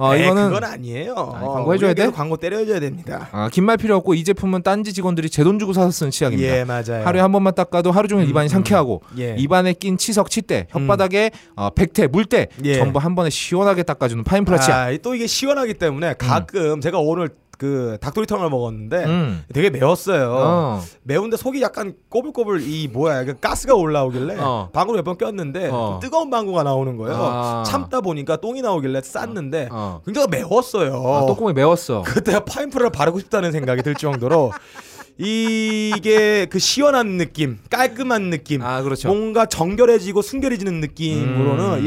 S1: 어
S2: 에이,
S1: 이거는
S2: 네, 그건 아니에요.
S1: 광고 해줘야
S2: 우리에게도
S1: 돼?
S2: 광고 때려줘야 됩니다.
S1: 아, 긴 말 필요 없고 이 제품은 딴지 직원들이 제 돈 주고 사서 쓰는 치약입니다.
S2: 예, 맞아요.
S1: 하루에 한 번만 닦아도 하루 종일 입안이 상쾌하고
S2: 예. 음.
S1: 입안에 낀 치석, 치대, 혓바닥에 어, 백태, 물때
S2: 예.
S1: 전부 한 번에 시원하게 닦아주는 파인프라 치약.
S2: 아, 또 이게 시원하기 때문에 가끔 제가 오늘 그 닭도리탕을 먹었는데
S1: 음.
S2: 되게 아, 매웠어요.
S1: 어.
S2: 매운데 속이 약간 꼬불꼬불 이 뭐야 그 가스가 올라오길래
S1: 어.
S2: 방구를 몇 번 꼈는데 그
S1: 어.
S2: 뜨거운 방구가 나오는 거예요.
S1: 아.
S2: 참다 보니까 똥이 나오길래 쌌는데
S1: 어.
S2: 굉장히 매웠어요.
S1: 아, 떡국이 매웠어.
S2: 그때 파인프라를 바르고 싶다는 생각이 들 정도로 이게 그 시원한 느낌, 깔끔한 느낌,
S1: 아, 그렇죠.
S2: 뭔가 정결해지고 순결해지는 느낌으로는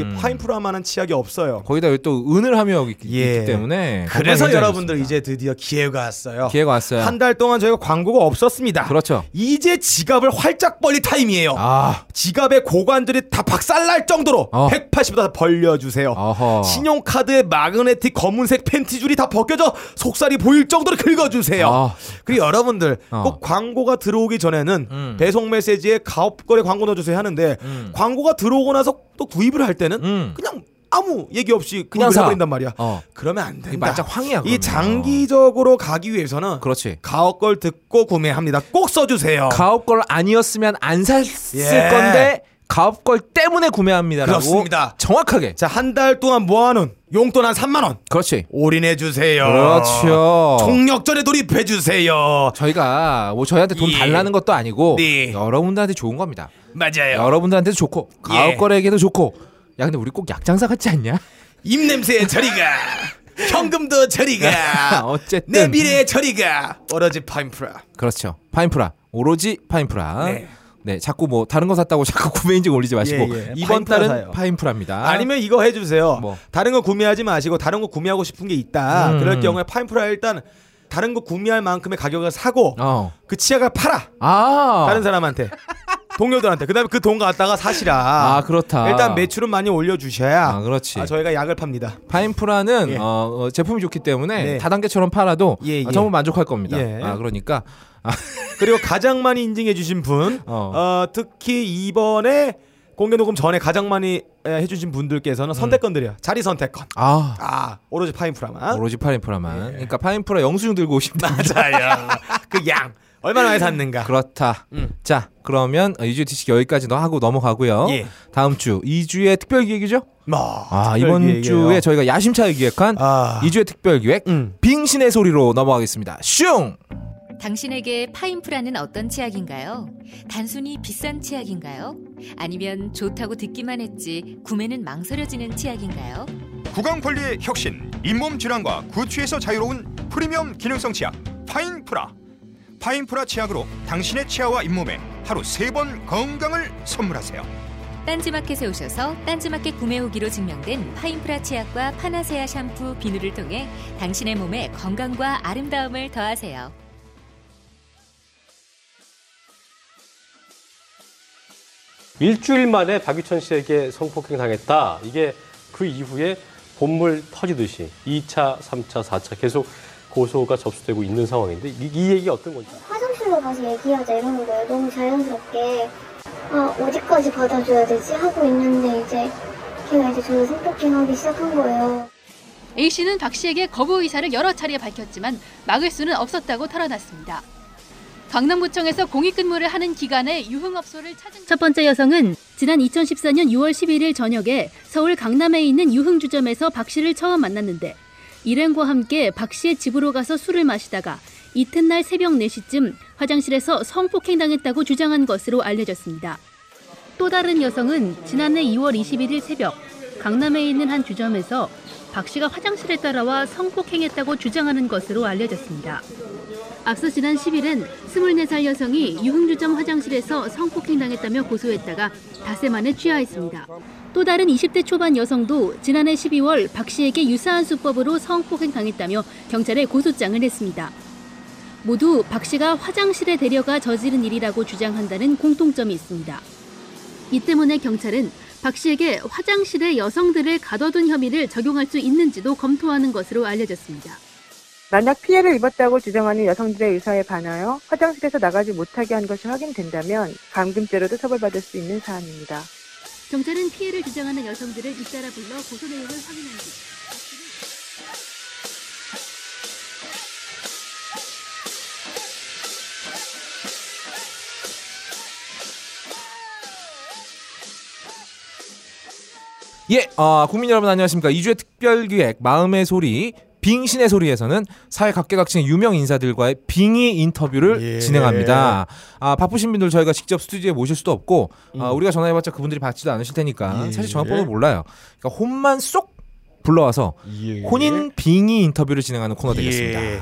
S1: 음.
S2: 이 파인프라만한 치약이 없어요.
S1: 거기다 여기 또 은을 하며 있기,
S2: 예.
S1: 있기 때문에
S2: 그래서
S1: 건강에 굉장히
S2: 여러분들
S1: 좋습니다.
S2: 이제 드디어 기회가 왔어요.
S1: 기회가 왔어요.
S2: 한 달 동안 저희가 광고가 없었습니다.
S1: 그렇죠.
S2: 이제 지갑을 활짝 벌릴 타임이에요.
S1: 아,
S2: 지갑의 고관절이 다 박살날 정도로
S1: 어.
S2: 180도 다 벌려주세요.
S1: 어허.
S2: 신용카드의 마그네틱 검은색 팬티줄이 다 벗겨져 속살이 보일 정도로 긁어주세요.
S1: 아.
S2: 그리고 여러분들
S1: 어.
S2: 꼭 광고가 들어오기 전에는
S1: 음.
S2: 배송 메시지에 가업거래 광고 넣어주세요 하는데
S1: 음.
S2: 광고가 들어오고 나서 또 구입을 할 때는
S1: 음.
S2: 그냥 아무 얘기 없이
S1: 그냥
S2: 그냥
S1: 사.
S2: 사버린단 말이야.
S1: 어.
S2: 그러면 안 된다.
S1: 말짱 황이야,
S2: 이
S1: 그러면.
S2: 장기적으로 가기 위해서는
S1: 그렇지.
S2: 가업걸 듣고 구매합니다. 꼭 써주세요.
S1: 가업 걸 아니었으면 안 샀을
S2: 예.
S1: 건데 가업 걸 때문에 구매합니다라고
S2: 그렇습니다.
S1: 정확하게
S2: 자, 한 달 동안 모아놓은 용돈 한 3만원.
S1: 그렇지
S2: 올인해주세요.
S1: 그렇죠.
S2: 총력전에 돌입해주세요.
S1: 저희가 뭐 저희한테 돈
S2: 예.
S1: 달라는 것도 아니고
S2: 네. 예.
S1: 여러분들한테 좋은 겁니다
S2: 맞아요.
S1: 여러분들한테도 좋고
S2: 예.
S1: 가업 거래에게도 좋고 야 근데 우리 꼭 약장사 같지 않냐
S2: 입냄새에 저리가. 현금도 저리가.
S1: 어쨌든.
S2: 내 미래에 저리가. 오로지 파인프라.
S1: 그렇죠 파인프라 오로지 파인프라 네.
S2: 네.
S1: 자꾸 뭐 다른 거 샀다고 자꾸 구매 인증 올리지 마시고
S2: 예, 예.
S1: 이번
S2: 파인프라
S1: 달은
S2: 사요.
S1: 파인프라입니다
S2: 아니면 이거 해주세요.
S1: 뭐.
S2: 다른 거 구매하지 마시고 다른 거 구매하고 싶은 게 있다.
S1: 음.
S2: 그럴 경우에 파인프라 일단 다른 거 구매할 만큼의 가격을 사고
S1: 어.
S2: 그 치약을 팔아.
S1: 아
S2: 다른 사람한테 동료들한테 그다음에 그 돈 갖다가 사시라
S1: 아, 그렇다.
S2: 일단 매출은 많이 올려주셔야
S1: 아, 그렇지.
S2: 저희가 약을 팝니다
S1: 파인프라는
S2: 예.
S1: 어, 어, 제품이 좋기 때문에
S2: 네.
S1: 다단계처럼 팔아도
S2: 예, 예.
S1: 아, 정말 만족할 겁니다.
S2: 예.
S1: 아 그러니까 아,
S2: 그리고 가장 많이 인증해주신 분
S1: 어.
S2: 어. 특히 이번에 공개 녹음 전에 가장 많이 에, 해주신
S1: 음.
S2: 분들께서는 선택권 드려요 자리 선택권
S1: 아,
S2: 아 예. 오로지 파인프라만
S1: 오로지 파인프라만. 그러니까 파인프라 영수증 들고 오시면 됩니다.
S2: 맞아요 그 양 얼마나 많이 샀는가
S1: 그렇다.
S2: 음.
S1: 자 그러면 이주 지식 여기까지 너 하고 넘어가고요.
S2: 예.
S1: 다음 주 2주의 특별 기획이죠?
S2: 뭐
S1: 아
S2: 특별
S1: 이번
S2: 기획이에요.
S1: 주에 저희가 야심차게 기획한
S2: 아.
S1: 2주의 특별 기획
S2: 음.
S1: 빙신의 소리로 넘어가겠습니다. 슝.
S3: 당신에게 파인프라는 어떤 치약인가요? 단순히 비싼 치약인가요? 아니면 좋다고 듣기만 했지 구매는 망설여지는 치약인가요?
S4: 구강 관리의 혁신, 잇몸 질환과 구취에서 자유로운 프리미엄 기능성 치약 파인프라. 파인프라 치약으로 당신의 치아와 잇몸에 하루 세 번 건강을 선물하세요.
S3: 딴지마켓에 오셔서 딴지마켓 구매 후기로 증명된 파인프라 치약과 파나세아 샴푸 비누를 통해 당신의 몸에 건강과 아름다움을 더하세요.
S5: 일주일 만에 박유천 씨에게 성폭행 당했다. 이게 그 이후에 본물 터지듯이 2차, 3차, 4차 계속 고소가 접수되고 있는 상황인데 이, 이 얘기 어떤 건지.
S6: 화장실로 가서 얘기하자 이러는 거예요. 너무 자연스럽게 아 어디까지 받아줘야 되지 하고 있는데 이제 걔가 이제 저를 성폭행하기 시작한 거예요.
S7: A씨는 박씨에게 거부 의사를 여러 차례 밝혔지만 막을 수는 없었다고 털어놨습니다. 강남구청에서 공익근무를 하는 기간에 유흥업소를 찾은 첫 번째 여성은 지난 2014년 6월 11일 저녁에 서울 강남에 있는 유흥주점에서 박씨를 처음 만났는데 일행과 함께 박씨의 집으로 가서 술을 마시다가 이튿날 새벽 4시쯤 화장실에서 성폭행당했다고 주장한 것으로 알려졌습니다. 또 다른 여성은 지난해 2월 21일 새벽 강남에 있는 한 주점에서 박 씨가 화장실에 따라와 성폭행했다고 주장하는 것으로 알려졌습니다. 앞서 지난 10일엔 24살 여성이 유흥주점 화장실에서 성폭행당했다며 고소했다가 닷새 만에 취하했습니다. 또 다른 20대 초반 여성도 지난해 12월 박 씨에게 유사한 수법으로 성폭행당했다며 경찰에 고소장을 냈습니다. 모두 박 씨가 화장실에 데려가 저지른 일이라고 주장한다는 공통점이 있습니다. 이 때문에 경찰은 박 씨에게 화장실에 여성들을 가둬둔 혐의를 적용할 수 있는지도 검토하는 것으로 알려졌습니다.
S8: 만약 피해를 입었다고 주장하는 여성들의 의사에 반하여 화장실에서 나가지 못하게 한 것이 확인된다면 감금죄로도 처벌받을 수 있는 사안입니다.
S7: 경찰은 피해를 주장하는 여성들을 잇따라 불러 고소 내용을 확인한 뒤
S1: 예, 아, 국민 여러분 안녕하십니까? 2주의 특별 기획 마음의 소리 빙신의 소리에서는 사회 각계각층의 유명 인사들과의 빙의 인터뷰를
S2: 예.
S1: 진행합니다. 아, 바쁘신 분들 저희가 직접 스튜디오에 모실 수도 없고 아, 우리가 전화해봤자 그분들이 받지도 않으실 테니까
S2: 음. 예.
S1: 사실 전화번호 몰라요. 그러니까 혼만 쏙 불러와서 혼인 빙의 인터뷰를 진행하는 코너 되겠습니다.
S2: 예.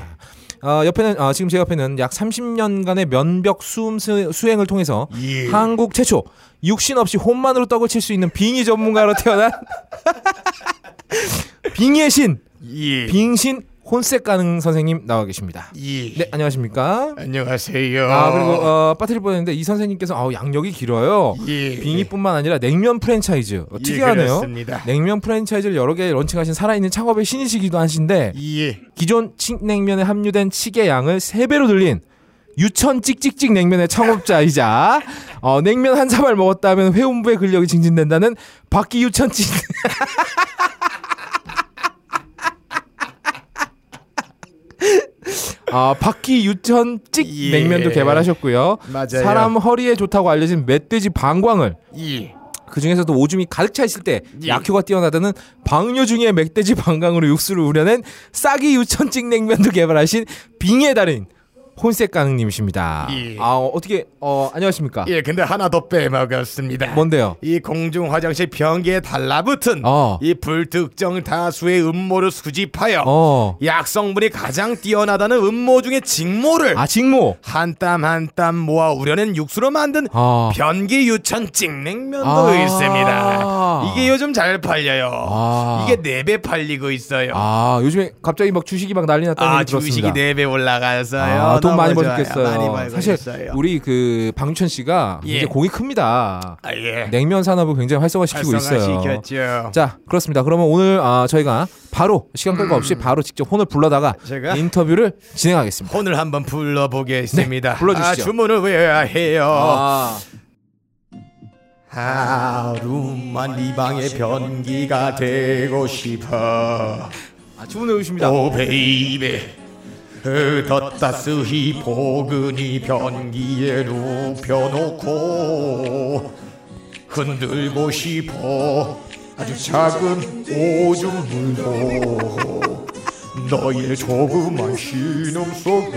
S1: 아, 옆에는 아, 지금 제 옆에는 약 30년간의 면벽 수음 수- 수행을 통해서
S2: 예.
S1: 한국 최초 육신 없이 혼만으로 떡을 칠 수 있는 빙의 전문가로 태어난 빙의 신
S2: 예.
S1: 빙신 혼색 가능 선생님 나와 계십니다.
S2: 예.
S1: 네 안녕하십니까?
S2: 안녕하세요.
S1: 아 그리고 어, 빠뜨릴 뻔했는데 이 선생님께서 아우 양력이 길어요.
S2: 예.
S1: 빙의뿐만 아니라 냉면 프랜차이즈 어, 특이하네요.
S2: 그렇습니다.
S1: 냉면 프랜차이즈를 여러 개 런칭하신 살아있는 창업의 신이시기도 하신데
S2: 예.
S1: 기존 칡냉면에 함유된 칡의 양을 세배로 늘린 유천 찍찍찍 냉면의 창업자이자 어, 냉면 한 사발 먹었다 하면 회음부의 근력이 증진된다는 박기유천 찍 아, 박기유천 찍
S2: 예.
S1: 냉면도 개발하셨고요.
S2: 맞아요.
S1: 사람 허리에 좋다고 알려진 멧돼지 방광을
S2: 예.
S1: 그 중에서도 오줌이 가득 차 있을 때
S2: 예.
S1: 약효가 뛰어나다는 방뇨 중에 맥돼지 방광으로 육수를 우려낸 싹이 유천찍 냉면도 개발하신 빙의 달인 혼색 가능님이십니다.
S2: 예.
S1: 아 어, 어떻게 어 안녕하십니까?
S2: 예, 근데 하나 더 빼먹었습니다.
S1: 뭔데요?
S2: 이 공중 화장실 변기에 달라붙은
S1: 어.
S2: 이 불특정 다수의 음모를 수집하여
S1: 어.
S2: 약성분이 가장 뛰어나다는 음모 중의 직모를
S1: 아 직모.
S2: 한 땀 한 땀 모아 우려낸 육수로 만든
S1: 아.
S2: 변기 유천 찍냉면도
S1: 아.
S2: 있습니다. 이게 요즘 잘 팔려요.
S1: 아.
S2: 이게 네 배 팔리고 있어요. 아.
S1: 아 요즘에 갑자기 막 주식이 막 난리 났다는 얘기 들었습니다.
S2: 주식이 네 배 올라가서요.
S1: 아, 돈 많이
S2: 너무 좋아요.
S1: 버셨겠어요.
S2: 많이 벌고
S1: 사실
S2: 있어요.
S1: 우리 그 방유천 씨가
S2: 예.
S1: 이제 공이 큽니다.
S2: 아, 예.
S1: 냉면 산업을 굉장히 활성화시키고 네, 있어요.
S2: 시켰죠.
S1: 자 그렇습니다. 그러면 오늘 아, 저희가 바로 시간 끌거 없이 바로 직접 혼을 불러다가
S2: 제가?
S1: 인터뷰를 진행하겠습니다. 네,
S2: 혼을 한번 불러보겠습니다.
S1: 불러주시죠.
S2: 아, 주문을 외워야 해요.
S1: 아,
S2: 하루만 이 방의 변기가 되고 싶어.
S1: 아, 주문해 주십니다.
S2: 오 베이베 덧다 쓰히 보근이 변기에 눕혀놓고 흔들고 싶어 아주 작은 오줌물도 너의 조그만 신음 속에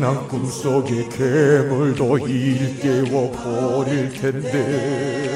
S2: 난 꿈속의 괴물도 일깨워 버릴 텐데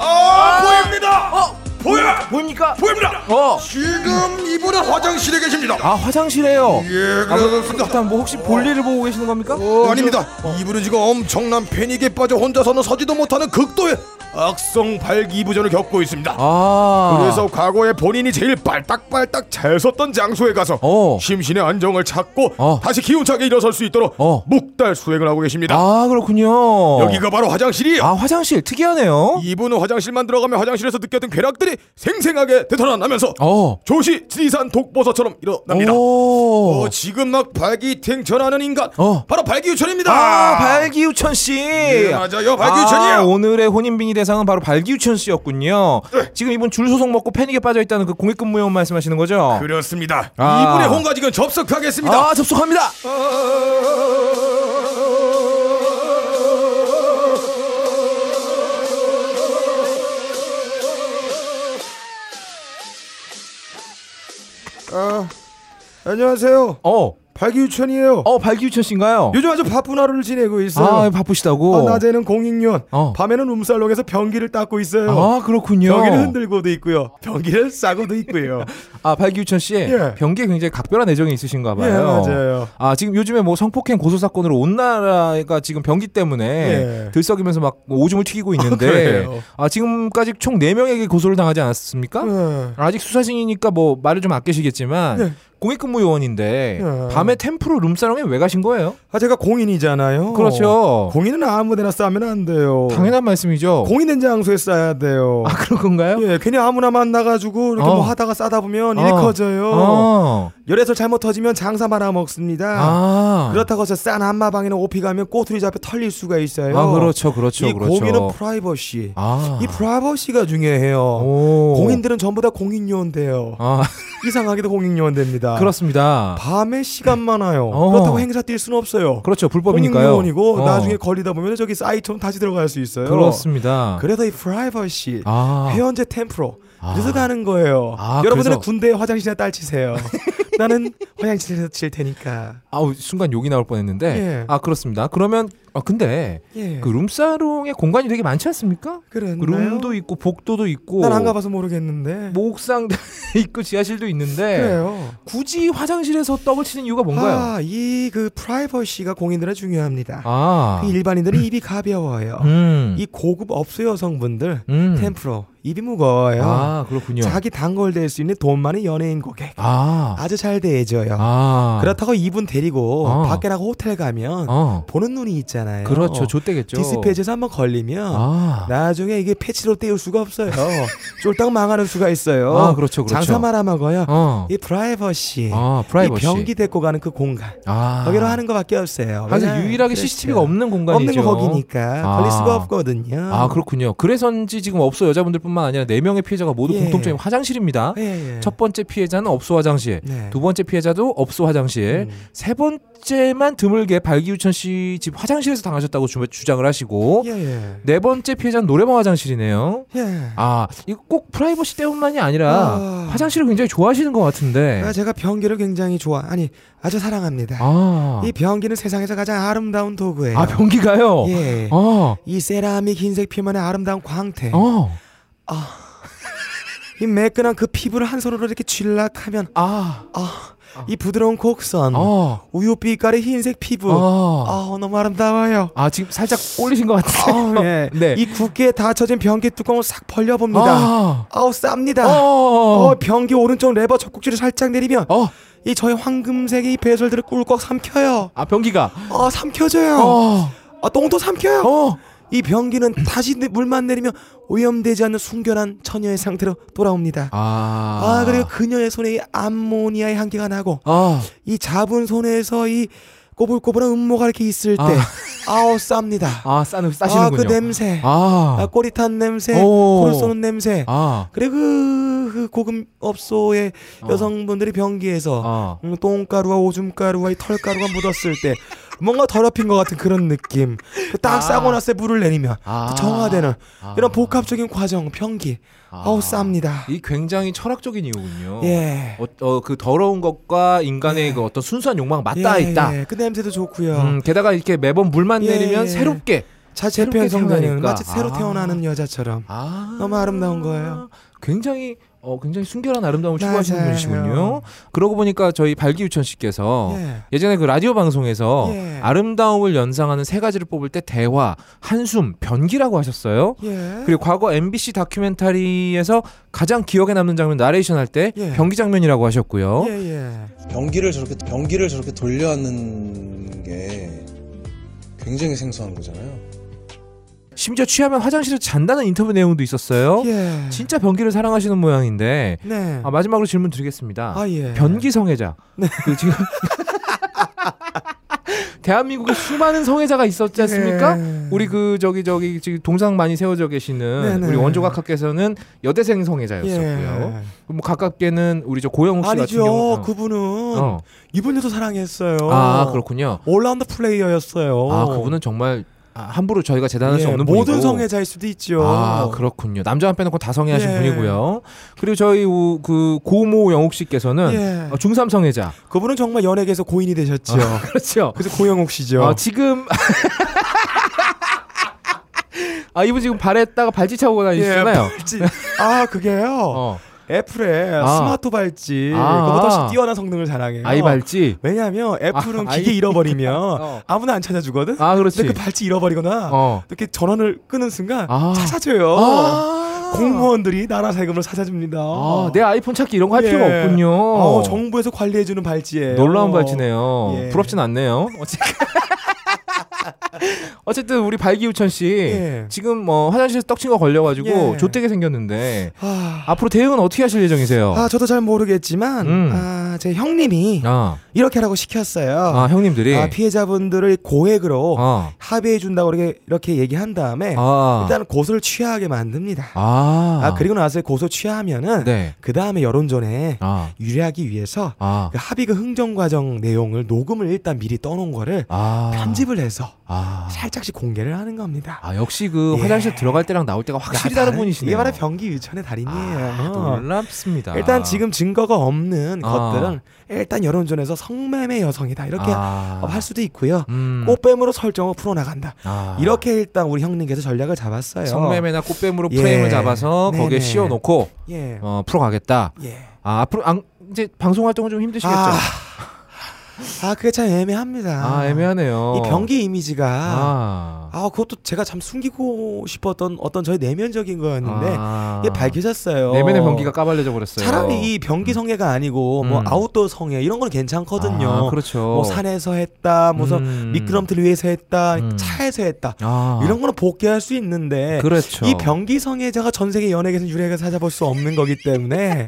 S4: 아 보입니다. 보여
S1: 보입니까?
S4: 보입니다.
S1: 어.
S4: 지금 이분은 화장실에 계십니다.
S1: 아 화장실에요.
S4: 예,
S1: 아, 뭐,
S4: 그렇습니다.
S1: 일단 뭐 혹시 볼일을 보고 계시는 겁니까?
S4: 어, 아닙니다. 이분은 지금 엄청난 패닉에 빠져 혼자서는 서지도 못하는 극도의
S2: 악성발기부전을 겪고 있습니다.
S1: 아
S2: 그래서 과거에 본인이 제일 빨딱빨딱 잘 섰던 장소에 가서
S1: 어.
S2: 심신의 안정을 찾고
S1: 어.
S2: 다시 기운차게 일어설 수 있도록
S1: 어.
S2: 묵달 수행을 하고 계십니다.
S1: 아 그렇군요.
S2: 여기가 바로 화장실이에요.
S1: 아 화장실 특이하네요.
S2: 이분은 화장실만 들어가면 화장실에서 느꼈던 괴락들이 생생하게 되살아나면서
S1: 어.
S2: 조시 지리산 독보서처럼 일어납니다.
S1: 오. 오.
S2: 어, 지금 막 발기탱천하는 인간
S1: 어.
S2: 바로 발기유천입니다.
S1: 아, 발기우천 씨.
S2: 예, 맞아요. 발기유천이에요.
S1: 아, 오늘의 혼인빙의 대상은 바로 발기우천 씨였군요.
S2: 네.
S1: 지금 이분 줄 소송 먹고 패닉에 빠져 있다는 그 공익근무요원 말씀하시는 거죠?
S2: 그렇습니다.
S1: 아.
S2: 이분의 홍가지근 접속하겠습니다.
S1: 아, 접속합니다.
S2: 아, 안녕하세요.
S1: 어,
S2: 발기유천이에요.
S1: 어, 발기우천 씨인가요?
S2: 요즘 아주 바쁜 하루를 지내고 있어요.
S1: 아, 바쁘시다고.
S2: 아, 낮에는 공익년,
S1: 어.
S2: 밤에는 룸살롱에서 변기를 닦고 있어요.
S1: 아, 그렇군요.
S2: 변기를 흔들고도 있고요. 변기를 싸고도 있고요.
S1: 아, 발기우천 씨.
S2: 예.
S1: 변기에 굉장히 각별한 애정이 있으신가 봐요.
S2: 예, 맞아요.
S1: 아, 지금 요즘에 뭐 성폭행 고소 사건으로 온 나라가 지금 변기 때문에
S2: 예.
S1: 들썩이면서 막뭐 오줌을 튀기고 있는데
S2: 그래요?
S1: 아, 지금까지 총 4명에게 고소를 당하지 않았습니까?
S2: 예.
S1: 아직 수사 중이니까 뭐 말을 좀 아끼시겠지만
S2: 네.
S1: 공익근무 요원인데
S2: 네.
S1: 밤에 템프로 룸사롱에 왜 가신 거예요?
S2: 아, 제가 공인이잖아요.
S1: 그렇죠.
S2: 공인은 아무데나 싸면 안 돼요.
S1: 당연한 말씀이죠.
S2: 공인된 장소에 싸야 돼요.
S1: 아 그런 건가요?
S2: 예, 괜히 아무나 만나가지고 이렇게
S1: 어.
S2: 뭐 하다가 싸다 보면 일이
S1: 어.
S2: 커져요.
S1: 어.
S2: 열애설 잘못 터지면 장사 말아 먹습니다.
S1: 아.
S2: 그렇다고 해서 싼 한마방이나 오피 가면 꼬투리 잡혀 털릴 수가 있어요.
S1: 아 그렇죠, 그렇죠,
S2: 이
S1: 그렇죠.
S2: 공인은 프라이버시.
S1: 아.
S2: 이 프라이버시가 중요해요.
S1: 오.
S2: 공인들은 전부 다 공인요원돼요.
S1: 아
S2: 이상하게도 공인요원됩니다.
S1: 그렇습니다.
S2: 밤에 시간 많아요.
S1: 어.
S2: 그렇다고 행사 뛸 수는 없어요.
S1: 그렇죠, 불법이니까요.
S2: 공인요원이고
S1: 어.
S2: 나중에 걸리다 보면 저기 사이트는 다시 들어갈 수 있어요.
S1: 그렇습니다.
S2: 그래서 이 프라이버시
S1: 아.
S2: 회원제 템프로
S1: 아.
S2: 그래서 가는 거예요.
S1: 아,
S2: 여러분들은
S1: 그래서-
S2: 군대 화장실이나 딸치세요. 나는 화장실에서 칠 테니까.
S1: 아우 순간 욕이 나올 뻔했는데.
S2: 예.
S1: 아 그렇습니다. 그러면 아 근데
S2: 예.
S1: 그 룸사롱에 공간이 되게 많지 않습니까?
S2: 그랬나요?
S1: 그 룸도 있고 복도도 있고. 뭐,
S2: 난 안 가봐서 모르겠는데.
S1: 목상도 있고 지하실도 있는데
S2: 그래요.
S1: 굳이 화장실에서 떡을 치는 이유가 예. 뭔가요?
S2: 아, 이 그 프라이버시가 공인들은 중요합니다.
S1: 아,
S2: 그 일반인들은 입이 가벼워요.
S1: 음,
S2: 이 고급 업소 여성분들
S1: 음.
S2: 템프로 입이 무거워요.
S1: 아 그렇군요.
S2: 자기 단골될 수 있는 돈 많은 연예인 고객
S1: 아,
S2: 아주 잘 대해줘요.
S1: 아,
S2: 그렇다고 이분 데리고
S1: 어.
S2: 밖에 나가 호텔 가면
S1: 어,
S2: 보는 눈이 있잖아요. 어.
S1: 그렇죠, 좋대겠죠.
S2: 네. 디스패치에서 한번 걸리면
S1: 아.
S2: 나중에 이게 패치로 떼울 수가 없어요. 쫄딱 망하는 수가 있어요.
S1: 아, 그렇죠, 그렇죠.
S2: 장사 말아 먹어요.
S1: 어,
S2: 이 프라이버시,
S1: 아, 프라이버시.
S2: 이 변기 데리고 가는 그 공간
S1: 아,
S2: 거기로 하는 것밖에 없어요.
S1: 항상
S2: 왜냐면
S1: 유일하게
S2: 그렇죠.
S1: CCTV가 없는
S2: 없는
S1: 공간이죠.
S2: 거 거기니까
S1: 아.
S2: 걸릴 수가 없거든요.
S1: 아, 그렇군요. 그래서인지 지금 업소 여자분들뿐만 아니라 네 명의 피해자가 모두
S2: 예.
S1: 공통점이 화장실입니다.
S2: 예, 예.
S1: 첫 번째 피해자는 업소 화장실,
S2: 네.
S1: 두 번째 피해자도 업소 화장실,
S2: 음.
S1: 세 번째만 드물게 발기우천 씨 집 화장실에서 당하셨다고 주, 주장을 하시고
S2: 예, 예.
S1: 네 번째 피해자는 노래방 화장실이네요.
S2: 예.
S1: 아, 이거 꼭 프라이버시 때문만이 아니라
S2: 아.
S1: 화장실을 굉장히 좋아하시는 것 같은데.
S2: 아, 제가 변기를 굉장히 좋아, 아니 아주 사랑합니다.
S1: 네. 아,
S2: 이 변기는 세상에서 가장 아름다운 도구예요.
S1: 아 변기가요.
S2: 예.
S1: 어,
S2: 이 세라믹 흰색 표면의 아름다운 광택.
S1: 어,
S2: 이 매끈한 그 피부를 한 손으로 이렇게 쥐락하면
S1: 아,
S2: 아, 이 부드러운 곡선.
S1: 어,
S2: 우유 빛깔의 흰색 피부.
S1: 어.
S2: 아, 너무 아름다워요.
S1: 아, 지금 살짝 꼴리신 것
S2: 아,
S1: 같은데.
S2: 예.
S1: 네.
S2: 이 굳게 닫혀진 변기 뚜껑을 싹 벌려봅니다.
S1: 아,
S2: 아. 우 쌉니다.
S1: 어,
S2: 어, 변기 오른쪽 레버 적국지를 살짝 내리면
S1: 어,
S2: 이 저의 황금색의 이 배설들을 꿀꺽 삼켜요.
S1: 아 변기가.
S2: 아, 삼켜져요.
S1: 어,
S2: 아, 똥도 삼켜요.
S1: 어.
S2: 이 변기는 다시 내- 물만 내리면 오염되지 않는 순결한 처녀의 상태로 돌아옵니다.
S1: 아,
S2: 아, 그리고 그녀의 손에 이 암모니아의 향기가 나고
S1: 아,
S2: 이 잡은 손에서 이 꼬불꼬불한 음모가 이렇게 있을 때
S1: 아.
S2: 아. 우 쌉니다.
S1: 아, 싸는
S2: 아,
S1: 싸시는군요.
S2: 그 냄새. 아,
S1: 아,
S2: 꼬리 탄 냄새.
S1: 오.
S2: 코를 쏘는 냄새.
S1: 아,
S2: 그리고 그, 그 고급 업소의
S1: 어.
S2: 여성분들이 변기에서
S1: 어.
S2: 음, 똥가루와 오줌가루와 이 털가루가 묻었을 때 뭔가 더럽힌 것 같은 그런 느낌. 딱
S1: 아.
S2: 싸고 나서 물을 내리면
S1: 아.
S2: 정화되는
S1: 아.
S2: 그 이런 복합적인 과정, 변기.
S1: 아.
S2: 아. 우 쌉니다.
S1: 이 굉장히 철학적인 이유군요.
S2: 예.
S1: 어, 어, 그 더러운 것과 인간의 그 어떤 순수한 욕망 맞닿아
S2: 예,
S1: 있다.
S2: 예. 그 냄새도 좋고요.
S1: 음, 게다가 이렇게 매번 물만
S2: 예,
S1: 내리면
S2: 예.
S1: 새롭게
S2: 자체
S1: 새롭게
S2: 표현 성장이에요.
S1: 태어나니까.
S2: 마치 새로
S1: 아.
S2: 태어나는 여자처럼.
S1: 아
S2: 너무 아름다운 거예요.
S1: 굉장히 어 굉장히 순결한 아름다움을 추구하시는
S2: 맞아요.
S1: 분이시군요. 그러고 보니까 저희 발기유천 씨께서
S2: 예.
S1: 예. 전에그 라디오 방송에서
S2: 예.
S1: 아름다움을 연상하는 세 가지를 뽑을 때 대화, 한숨, 변기라고 하셨어요.
S2: 예.
S1: 그리고 과거 MBC 다큐멘터리에서 가장 기억에 남는 장면 나레이션 할 때
S2: 예.
S1: 변기 장면이라고 하셨고요.
S2: 예, 예.
S9: 변기를 저렇게 변기를 저렇게 돌려하는 게 굉장히 생소한 거잖아요.
S1: 심지어 취하면 화장실에서 잔다는 인터뷰 내용도 있었어요.
S2: 예.
S1: 진짜 변기를 사랑하시는 모양인데
S2: 네.
S1: 아, 마지막으로 질문 드리겠습니다.
S2: 아, 예.
S1: 변기 성애자.
S2: 네.
S1: 그 지금 대한민국에 수많은 성애자가 있었지 않습니까?
S2: 예.
S1: 우리 그 저기 저기 지금 동상 많이 세워져 계시는
S2: 네네.
S1: 우리 원조각하께서는 여대생 성애자였었고요. 뭐 가깝게는 우리 저 고영욱 씨 같은 경우.
S2: 예. 아니죠.
S1: 는
S2: 그분은
S1: 어.
S2: 이분 여도 사랑했어요.
S1: 아 그렇군요.
S2: 올라운드 플레이어였어요.
S1: 아 그분은 정말 아, 함부로 저희가 재단할
S2: 예,
S1: 수 없는
S2: 모든
S1: 분이고.
S2: 성애자일 수도 있죠.
S1: 아 그렇군요. 남자만 빼놓고 다 성애하신
S2: 예.
S1: 분이고요. 그리고 저희 우- 그 고모 영욱 씨께서는 어,
S2: 예.
S1: 중삼 성애자.
S2: 그분은 정말 연예계에서 고인이 되셨죠.
S1: 그렇죠.
S2: 그래서 고영욱 씨죠.
S1: 아, 지금 아 이분 지금 발에다가 발찌 차고 다니시잖아요.
S2: 발찌. 예, 아 그게요.
S1: 어.
S2: 애플의
S1: 아.
S2: 스마트 발찌
S1: 아.
S2: 그거보다 훨씬 뛰어난 성능을 자랑해요.
S1: 아이 발찌.
S2: 왜냐하면 애플은
S1: 아,
S2: 기계
S1: 아이.
S2: 잃어버리면
S1: 어.
S2: 아무나 안 찾아주거든.
S1: 아 그렇지.
S2: 근데 그 발찌 잃어버리거나
S1: 어.
S2: 이렇게 전원을 끄는 순간
S1: 아.
S2: 찾아줘요.
S1: 아.
S2: 공무원들이 나라 세금으로 찾아줍니다.
S1: 아, 내 아이폰 찾기 이런 거 할
S2: 예.
S1: 필요가 없군요.
S2: 어, 정부에서 관리해주는 발찌예요.
S1: 놀라운 발찌네요.
S2: 예.
S1: 부럽진 않네요. 어쨌든. 어쨌든 우리 발기우천 씨
S2: 예.
S1: 지금 뭐 화장실에서 떡친 거 걸려가지고
S2: 예.
S1: 좆되게 생겼는데
S2: 아,
S1: 앞으로 대응은 어떻게 하실 예정이세요?
S2: 아, 저도 잘 모르겠지만
S1: 음.
S2: 아, 제 형님이
S1: 아,
S2: 이렇게 하라고 시켰어요.
S1: 아, 형님들이
S2: 아, 피해자분들을 고액으로
S1: 아,
S2: 합의해 준다고 이렇게 이렇게 얘기한 다음에
S1: 아,
S2: 예. 일단 고소를 취하게 만듭니다. 아,
S1: 아,
S2: 그리고 나서 고소 취하면은
S1: 네,
S2: 그 다음에 여론전에
S1: 아,
S2: 유리하기 위해서
S1: 아,
S2: 그 합의금 흥정 과정 내용을 녹음을 일단 미리 떠놓은 거를
S1: 아,
S2: 편집을 해서
S1: 아,
S2: 살짝씩 공개를 하는 겁니다.
S1: 아, 역시 그
S2: 예.
S1: 화장실 들어갈 때랑 나올 때가 확실히 다른 분이시네요.
S2: 이게 바로 변기 유천의 달인이에요. 어.
S1: 아, 놀랍습니다.
S2: 일단 지금 증거가 없는
S1: 아.
S2: 것들은 일단 여론전에서 성매매 여성이다 이렇게
S1: 아.
S2: 어, 할 수도 있고요.
S1: 음.
S2: 꽃뱀으로 설정을 풀어나간다.
S1: 아.
S2: 이렇게 일단 우리 형님께서 전략을 잡았어요.
S1: 성매매나 꽃뱀으로
S2: 예.
S1: 프레임을 잡아서 거기에
S2: 네네.
S1: 씌워놓고
S2: 예.
S1: 어, 풀어가겠다.
S2: 예.
S1: 아, 앞으로 안, 이제 방송 활동은 좀 힘드시겠죠.
S2: 아,
S1: 아,
S2: 아 그게 참 애매합니다.
S1: 애매하네요.
S2: 이 변기 이미지가 아.
S1: 어. 아,
S2: 그것도 제가 참 숨기고 싶었던 어떤 저의 내면적인 거였는데
S1: 아.
S2: 이게 밝혀졌어요.
S1: 내면의 변기가 까발려져 버렸어요.
S2: 차라리 이 변기 성애가 아니고 뭐
S1: 음.
S2: 아웃도어 성애 이런 건 괜찮거든요.
S1: 아, 그렇죠.
S2: 뭐 산에서 했다, 무슨
S1: 음.
S2: 미끄럼틀 위에서 했다,
S1: 음.
S2: 차에서 했다
S1: 아,
S2: 이런 거는 복귀할 수 있는데
S1: 그렇죠.
S2: 이 변기 성애자가 전 세계 연예계에서 유래가 찾아볼 수 없는 거기 때문에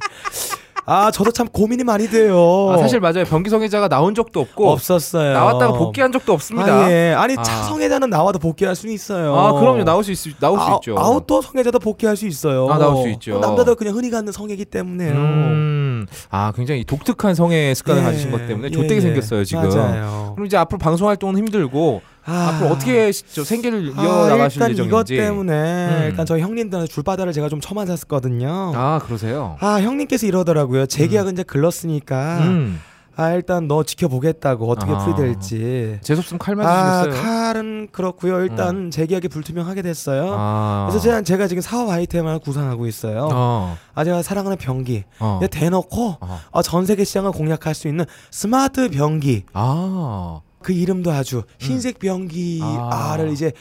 S2: 아 저도 참 고민이 많이 돼요.
S1: 아, 사실 맞아요. 변기 성애자가 나온 적도 없고
S2: 어. 없었어요.
S1: 나왔다가 복귀한 적도 없습니다.
S2: 아, 예. 아니
S1: 아.
S2: 차 성애자는 나와도 복귀할 수 있어요.
S1: 아, 그럼요. 나올 수 있, 나올 수
S2: 아,
S1: 있죠.
S2: 아웃도어 성애자도 복귀할 수 있어요.
S1: 아, 나올 수 있죠.
S2: 남자들 그냥 흔히 갖는 성애기 때문에요.
S1: 음, 아, 굉장히 독특한 성의 습관을
S2: 예.
S1: 가지신 것 때문에
S2: 예,
S1: 좆되게
S2: 예.
S1: 생겼어요 지금.
S2: 맞아요.
S1: 그럼 이제 앞으로 방송 활동은 힘들고
S2: 아.
S1: 앞으로 어떻게 시- 저 생계를
S2: 아,
S1: 이어 나가실
S2: 일단 이것
S1: 예정인지.
S2: 때문에
S1: 음.
S2: 일단 저희 형님들한테 줄바다를 제가 좀 처만 샀거든요. 아.
S1: 아 그러세요.
S2: 형님께서 이러더라고요. 재계약은 이제 글렀으니까
S1: 음,
S2: 아 일단 너 지켜보겠다고 어떻게
S1: 아.
S2: 풀이될지.
S1: 재수 없으면 칼
S2: 아
S1: 맞으시겠어요. 음.
S2: 칼은 그렇고요. 일단 재계약이 불투명하게 됐어요.
S1: 아.
S2: 그래서 제가, 제가 지금 사업 아이템을 구상하고 있어요.
S1: 어,
S2: 아 제가 사랑하는 변기.
S1: 어.
S2: 근데 대놓고
S1: 어.
S2: 어, 전 세계 시장을 공략할 수 있는 스마트 변기.
S1: 아,
S2: 그 이름도 아주 흰색 변기
S1: 아.
S2: 아를 이제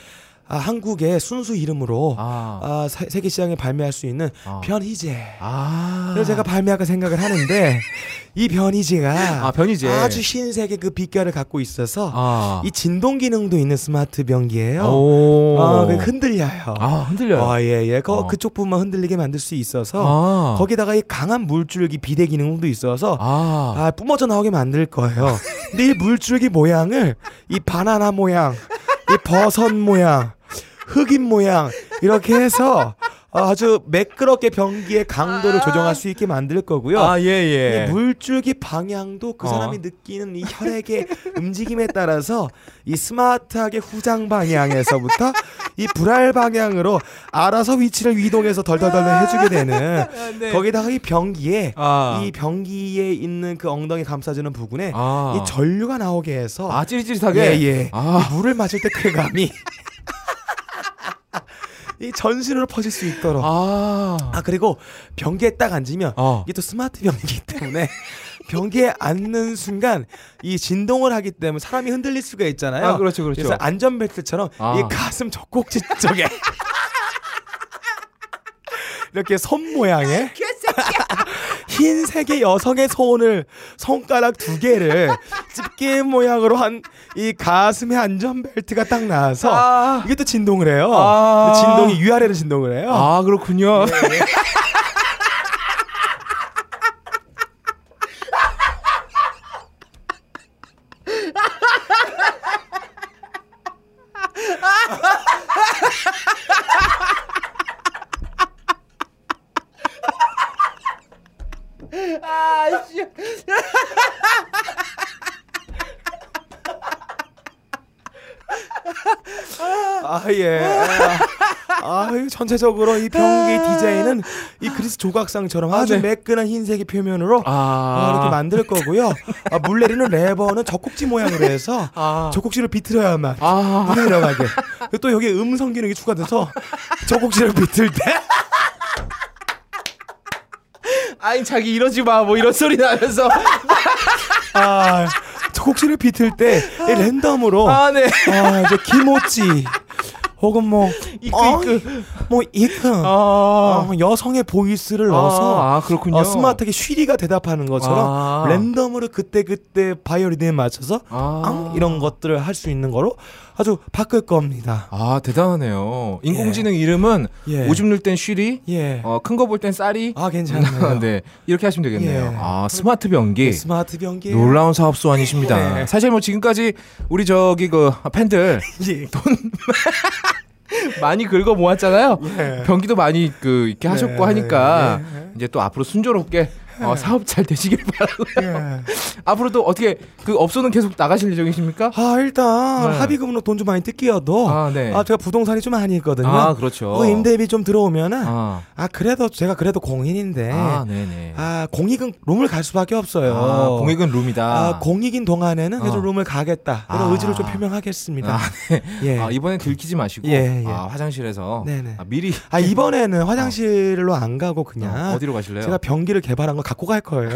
S2: 아, 한국의 순수 이름으로
S1: 아,
S2: 아, 세- 세계 시장에 발매할 수 있는
S1: 아.
S2: 변희제.
S1: 아.
S2: 그래서 제가 발매할까 생각을 하는데 이 변희제가
S1: 아, 변희제.
S2: 아주 흰색의 그 빛깔을 갖고 있어서
S1: 아,
S2: 이 진동 기능도 있는 스마트 변기예요.
S1: 오,
S2: 아, 그게 흔들려요.
S1: 아, 흔들려요.
S2: 아, 예, 예. 거,
S1: 어.
S2: 그쪽 부분만 흔들리게 만들 수 있어서
S1: 아,
S2: 거기다가 이 강한 물줄기 비대 기능도 있어서
S1: 아,
S2: 아, 뿜어져 나오게 만들 거예요. 근데 이 물줄기 모양을 이 바나나 모양, 이 버섯 모양, 흑인 모양 이렇게 해서 아주 매끄럽게 변기의 강도를 조정할 수 있게 만들 거고요.
S1: 아, 예, 예.
S2: 이 물줄기 방향도 그
S1: 어.
S2: 사람이 느끼는 이 혈액의 움직임에 따라서 이 스마트하게 후장 방향에서부터 이 불알 방향으로 알아서 위치를 이동해서 덜덜덜 해주게 되는 거기다가 이 변기에
S1: 네. 아.
S2: 이 변기에 있는 그 엉덩이 감싸주는 부분에
S1: 아.
S2: 이 전류가 나오게 해서
S1: 아, 찌릿찌릿하게.
S2: 예, 예.
S1: 아,
S2: 이 물을 마실 때그 쾌감이 이 전신으로 퍼질 수 있도록 아,
S1: 아,
S2: 그리고 변기에 딱 앉으면
S1: 어.
S2: 이게 또 스마트 변기이기 때문에 변기에 앉는 순간 이 진동을 하기 때문에 사람이 흔들릴 수가 있잖아요.
S1: 아, 그렇죠, 그렇죠.
S2: 래서 안전벨트처럼
S1: 아.
S2: 이 가슴 젖꼭지 쪽에 이렇게 손 모양의 흰색의 여성의 손을 손가락 두 개를 집게 모양으로 한 이 가슴에 안전벨트가 딱 나와서
S1: 아.
S2: 이게 또 진동을 해요.
S1: 아.
S2: 근데 진동이 위아래로 진동을 해요.
S1: 아 그렇군요.
S2: 예, 아 예. 아, 아 전체적으로 이 병기 디자인은 이 그리스 조각상처럼 아주
S1: 네.
S2: 매끈한 흰색의 표면으로 아, 이렇게
S1: 아,
S2: 만들 거고요. 아, 물 내리는 레버는 젖꼭지 모양으로 해서
S1: 아.
S2: 젖꼭지를 비틀어야만
S1: 아,
S2: 물이 내려가게. 그리고 또 여기 에 음성 기능이 추가돼서 젖꼭지를 비틀 때
S1: 아니 자기 이러지 마 뭐 이런 소리 나면서
S2: 어. 아, 젖꼭지를 비틀 때이 랜덤으로 아,
S1: 아 네.
S2: 이제 기모찌 혹은 뭐
S1: 이끄,
S2: 어?
S1: 이끄.
S2: 뭐 이큰
S1: 아,
S2: 어, 여성의 보이스를 넣어서
S1: 아, 그렇군요.
S2: 어, 스마트하게 쉬리가 대답하는 것처럼
S1: 아.
S2: 랜덤으로 그때그때 바이오리듬에 맞춰서
S1: 아.
S2: 앙 이런 것들을 할 수 있는 거로 아주 바꿀 겁니다.
S1: 아 대단하네요. 인공지능 이름은
S2: 예.
S1: 오줌 넣을 땐 쉬리,
S2: 예.
S1: 어, 큰 거 볼 땐 쌀이.
S2: 아, 괜찮네요.
S1: 네 이렇게 하시면 되겠네요.
S2: 예. 네,
S1: 아 스마트 변기.
S2: 스마트 변기.
S1: 놀라운 사업 소환이십니다.
S2: 네.
S1: 사실 뭐 지금까지 우리 저기 그 팬들
S2: 예.
S1: 많이 긁어 모았잖아요.
S2: 예. 네.
S1: 변기도 많이 그 이렇게 하셨고 하니까
S2: 예, 예.
S1: 이제 또 앞으로 순조롭게 어, 사업 잘 되시길 바라고요.
S2: 예.
S1: 앞으로도 어떻게 그 업소는 계속 나가실 예정이십니까?
S2: 아 일단
S1: 네.
S2: 합의금으로 돈 좀 많이 뜯기어도
S1: 아, 네.
S2: 제가 부동산이 좀 많이 있거든요.
S1: 아, 그렇죠.
S2: 그 임대비 좀 들어오면은 아.
S1: 아,
S2: 그래도 제가 그래도 공인인데
S1: 아
S2: 아,
S1: 네네.
S2: 공익은 룸을 갈 수밖에 없어요.
S1: 아, 공익은 룸이다.
S2: 아, 공익인 동안에는 그래도
S1: 어.
S2: 룸을 가겠다. 이런
S1: 아.
S2: 의지를 좀 표명하겠습니다.
S1: 아,
S2: 아, 예.
S1: 아, 이번엔 들키지 마시고
S2: 예, 예.
S1: 아, 화장실에서
S2: 네네.
S1: 아, 미리
S2: 이번에는 화장실로 안 가고 그냥
S1: 어, 디로 가실래요?
S2: 제가 변기를 개발한 걸 갖고 갈 거예요.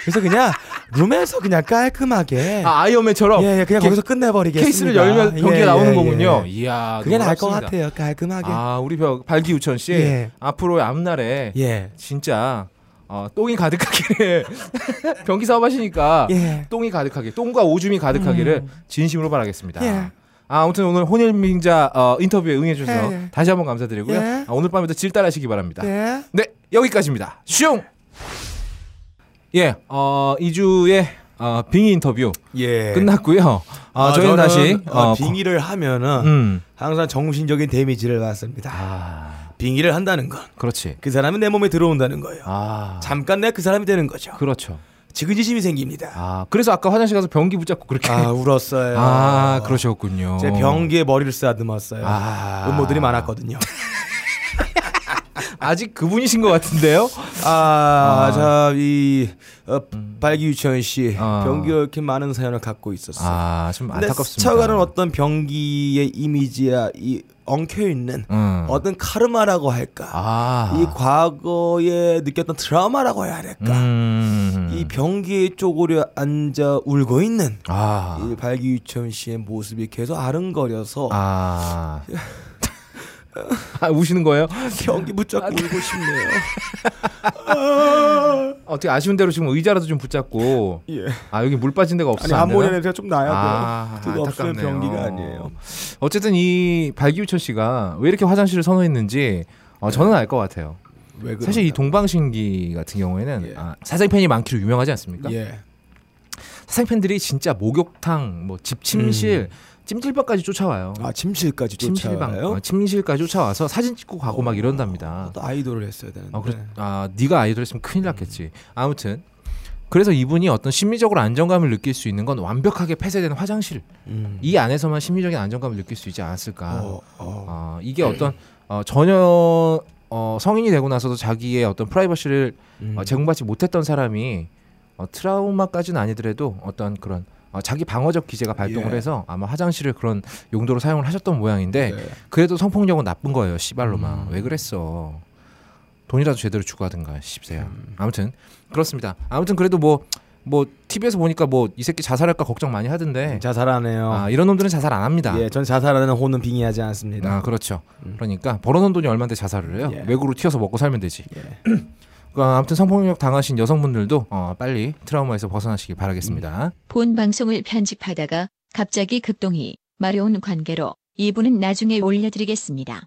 S2: 그래서 그냥 룸에서 그냥 깔끔하게
S1: 아, 아이언맨처럼
S2: 예, 예, 그냥
S1: 게-
S2: 거기서 끝내버리겠습니다.
S1: 케이스를 열면
S2: 예,
S1: 변기가
S2: 예,
S1: 나오는
S2: 예.
S1: 거군요. 이야,
S2: 그게 나을 것
S1: 놀랍습니다.
S2: 같아요. 깔끔하게.
S1: 아, 우리 벽 발기우천 씨
S2: 예.
S1: 앞으로 앞날에
S2: 예.
S1: 진짜 어, 똥이 가득하기를 변기 사업하시니까
S2: 예. 음.
S1: 똥이 가득하게 똥과 오줌이 가득하기를 진심으로 바라겠습니다.
S2: 예.
S1: 아, 아무튼 오늘 혼일민자 어, 인터뷰에 응해주셔서
S2: 예, 예.
S1: 다시 한번 감사드리고요.
S2: 예.
S1: 아, 오늘 밤에도 질달하시기 바랍니다.
S2: 네.
S1: 네, 여기까지입니다. 슝. 예, 어, 2주의 어, 빙의 인터뷰
S2: 예.
S1: 끝났고요. 네. 아, 저희는 다시
S2: 어,
S1: 어,
S2: 빙의를 하면은
S1: 음,
S2: 항상 정신적인 데미지를 받습니다.
S1: 아,
S2: 빙의를 한다는 건 그
S1: 그렇지.
S2: 사람이 내 몸에 들어온다는 거예요.
S1: 아,
S2: 잠깐 내가 그 사람이 되는 거죠.
S1: 그렇죠.
S2: 지그지심이 생깁니다.
S1: 아, 그래서 아까 화장실 가서 변기 붙잡고 그렇게.
S2: 아, 울었어요.
S1: 아, 그러셨군요.
S2: 제 변기에 머리를 쓰다듬었어요.
S1: 아.
S2: 음모들이 많았거든요.
S1: 아직 그분이신 것 같은데요?
S2: 아, 자, 이 어, 발기유치원 씨
S1: 음. 아.
S2: 변기에 이렇게 많은 사연을 갖고 있었어요.
S1: 아, 좀
S2: 근데
S1: 안타깝습니다.
S2: 스쳐가는 어떤 변기의 이미지야 이 엉켜 있는
S1: 음.
S2: 어떤 카르마라고 할까?
S1: 아.
S2: 이 과거에 느꼈던 트라우마라고 해야 할까?
S1: 음.
S2: 이 변기 쪽으로 앉아 울고 있는
S1: 아.
S2: 이 발기유치원 씨의 모습이 계속 아른거려서
S1: 아. 아, 우시는 거예요?
S2: 변기 붙잡고 울고 싶네요.
S1: 어떻게 아쉬운 대로 지금 의자라도 좀 붙잡고.
S2: 예.
S1: 아, 여기 물 빠진 데가 없어.
S2: 아니
S1: 안 되나?
S2: 암모니아 냄새가 좀 나야
S1: 아,
S2: 돼요. 그거 없으면
S1: 안타깝네요.
S2: 변기가 아니에요.
S1: 어쨌든 이 발기우철 씨가 왜 이렇게 화장실을 선호했는지 어, 저는 알 것 같아요.
S2: 왜 그런가?
S1: 사실 이 동방신기 같은 경우에는
S2: 그러니까. 예.
S1: 아, 사생 팬이 많기로 유명하지 않습니까?
S2: 예.
S1: 사생 팬들이 진짜 목욕탕, 뭐 집침실, 찜질방까지 쫓아와요.
S2: 음. 아 침실까지
S1: 침실방,
S2: 쫓아와요.
S1: 어, 침실까지 쫓아와서 사진 찍고 가고 막 이런답니다.
S2: 또 아이돌을 했어야 되는데. 음.
S1: 아, 그래, 아, 네가 아이돌 했으면 큰일 났겠지. 아무튼 그래서 이분이 어떤 심리적으로 안정감을 느낄 수 있는 건 완벽하게 폐쇄된 화장실
S2: 음.
S1: 이 안에서만 심리적인 안정감을 느낄 수 있지 않았을까.
S2: 어, 어.
S1: 아, 이게 어떤 어, 전혀 어, 성인이 되고 나서도 자기의 어떤 프라이버시를
S2: 음.
S1: 어, 제공받지 못했던 사람이 어, 트라우마까지는 아니더라도 어떤 그런 어, 자기 방어적 기제가 발동을
S2: 예.
S1: 해서 아마 화장실을 그런 용도로 사용을 하셨던 모양인데
S2: 네. 음.
S1: 그래도 성폭력은 나쁜 거예요 씨발로만 왜 그랬어 돈이라도 제대로 주고 하든가 십세야
S2: 음.
S1: 아무튼 그렇습니다 아무튼 그래도 뭐 뭐 TV에서 보니까 뭐 이 새끼 자살할까 걱정 많이 하던데
S2: 음. 자살하네요.
S1: 아, 이런 놈들은 자살 안 합니다
S2: 예, 전 자살하는 혼은 빙의하지 않습니다. 음.
S1: 아 그렇죠. 그러니까 벌어놓은 돈이 얼마인데 자살을 해요?
S2: 예.
S1: 외국으로 튀어서 먹고 살면 되지.
S2: 예.
S1: 어, 아무튼 성폭력 당하신 여성분들도 어, 빨리 트라우마에서 벗어나시길 바라겠습니다.
S3: 본 방송을 편집하다가 갑자기 급동이 마려운 관계로 이분은 나중에 올려드리겠습니다.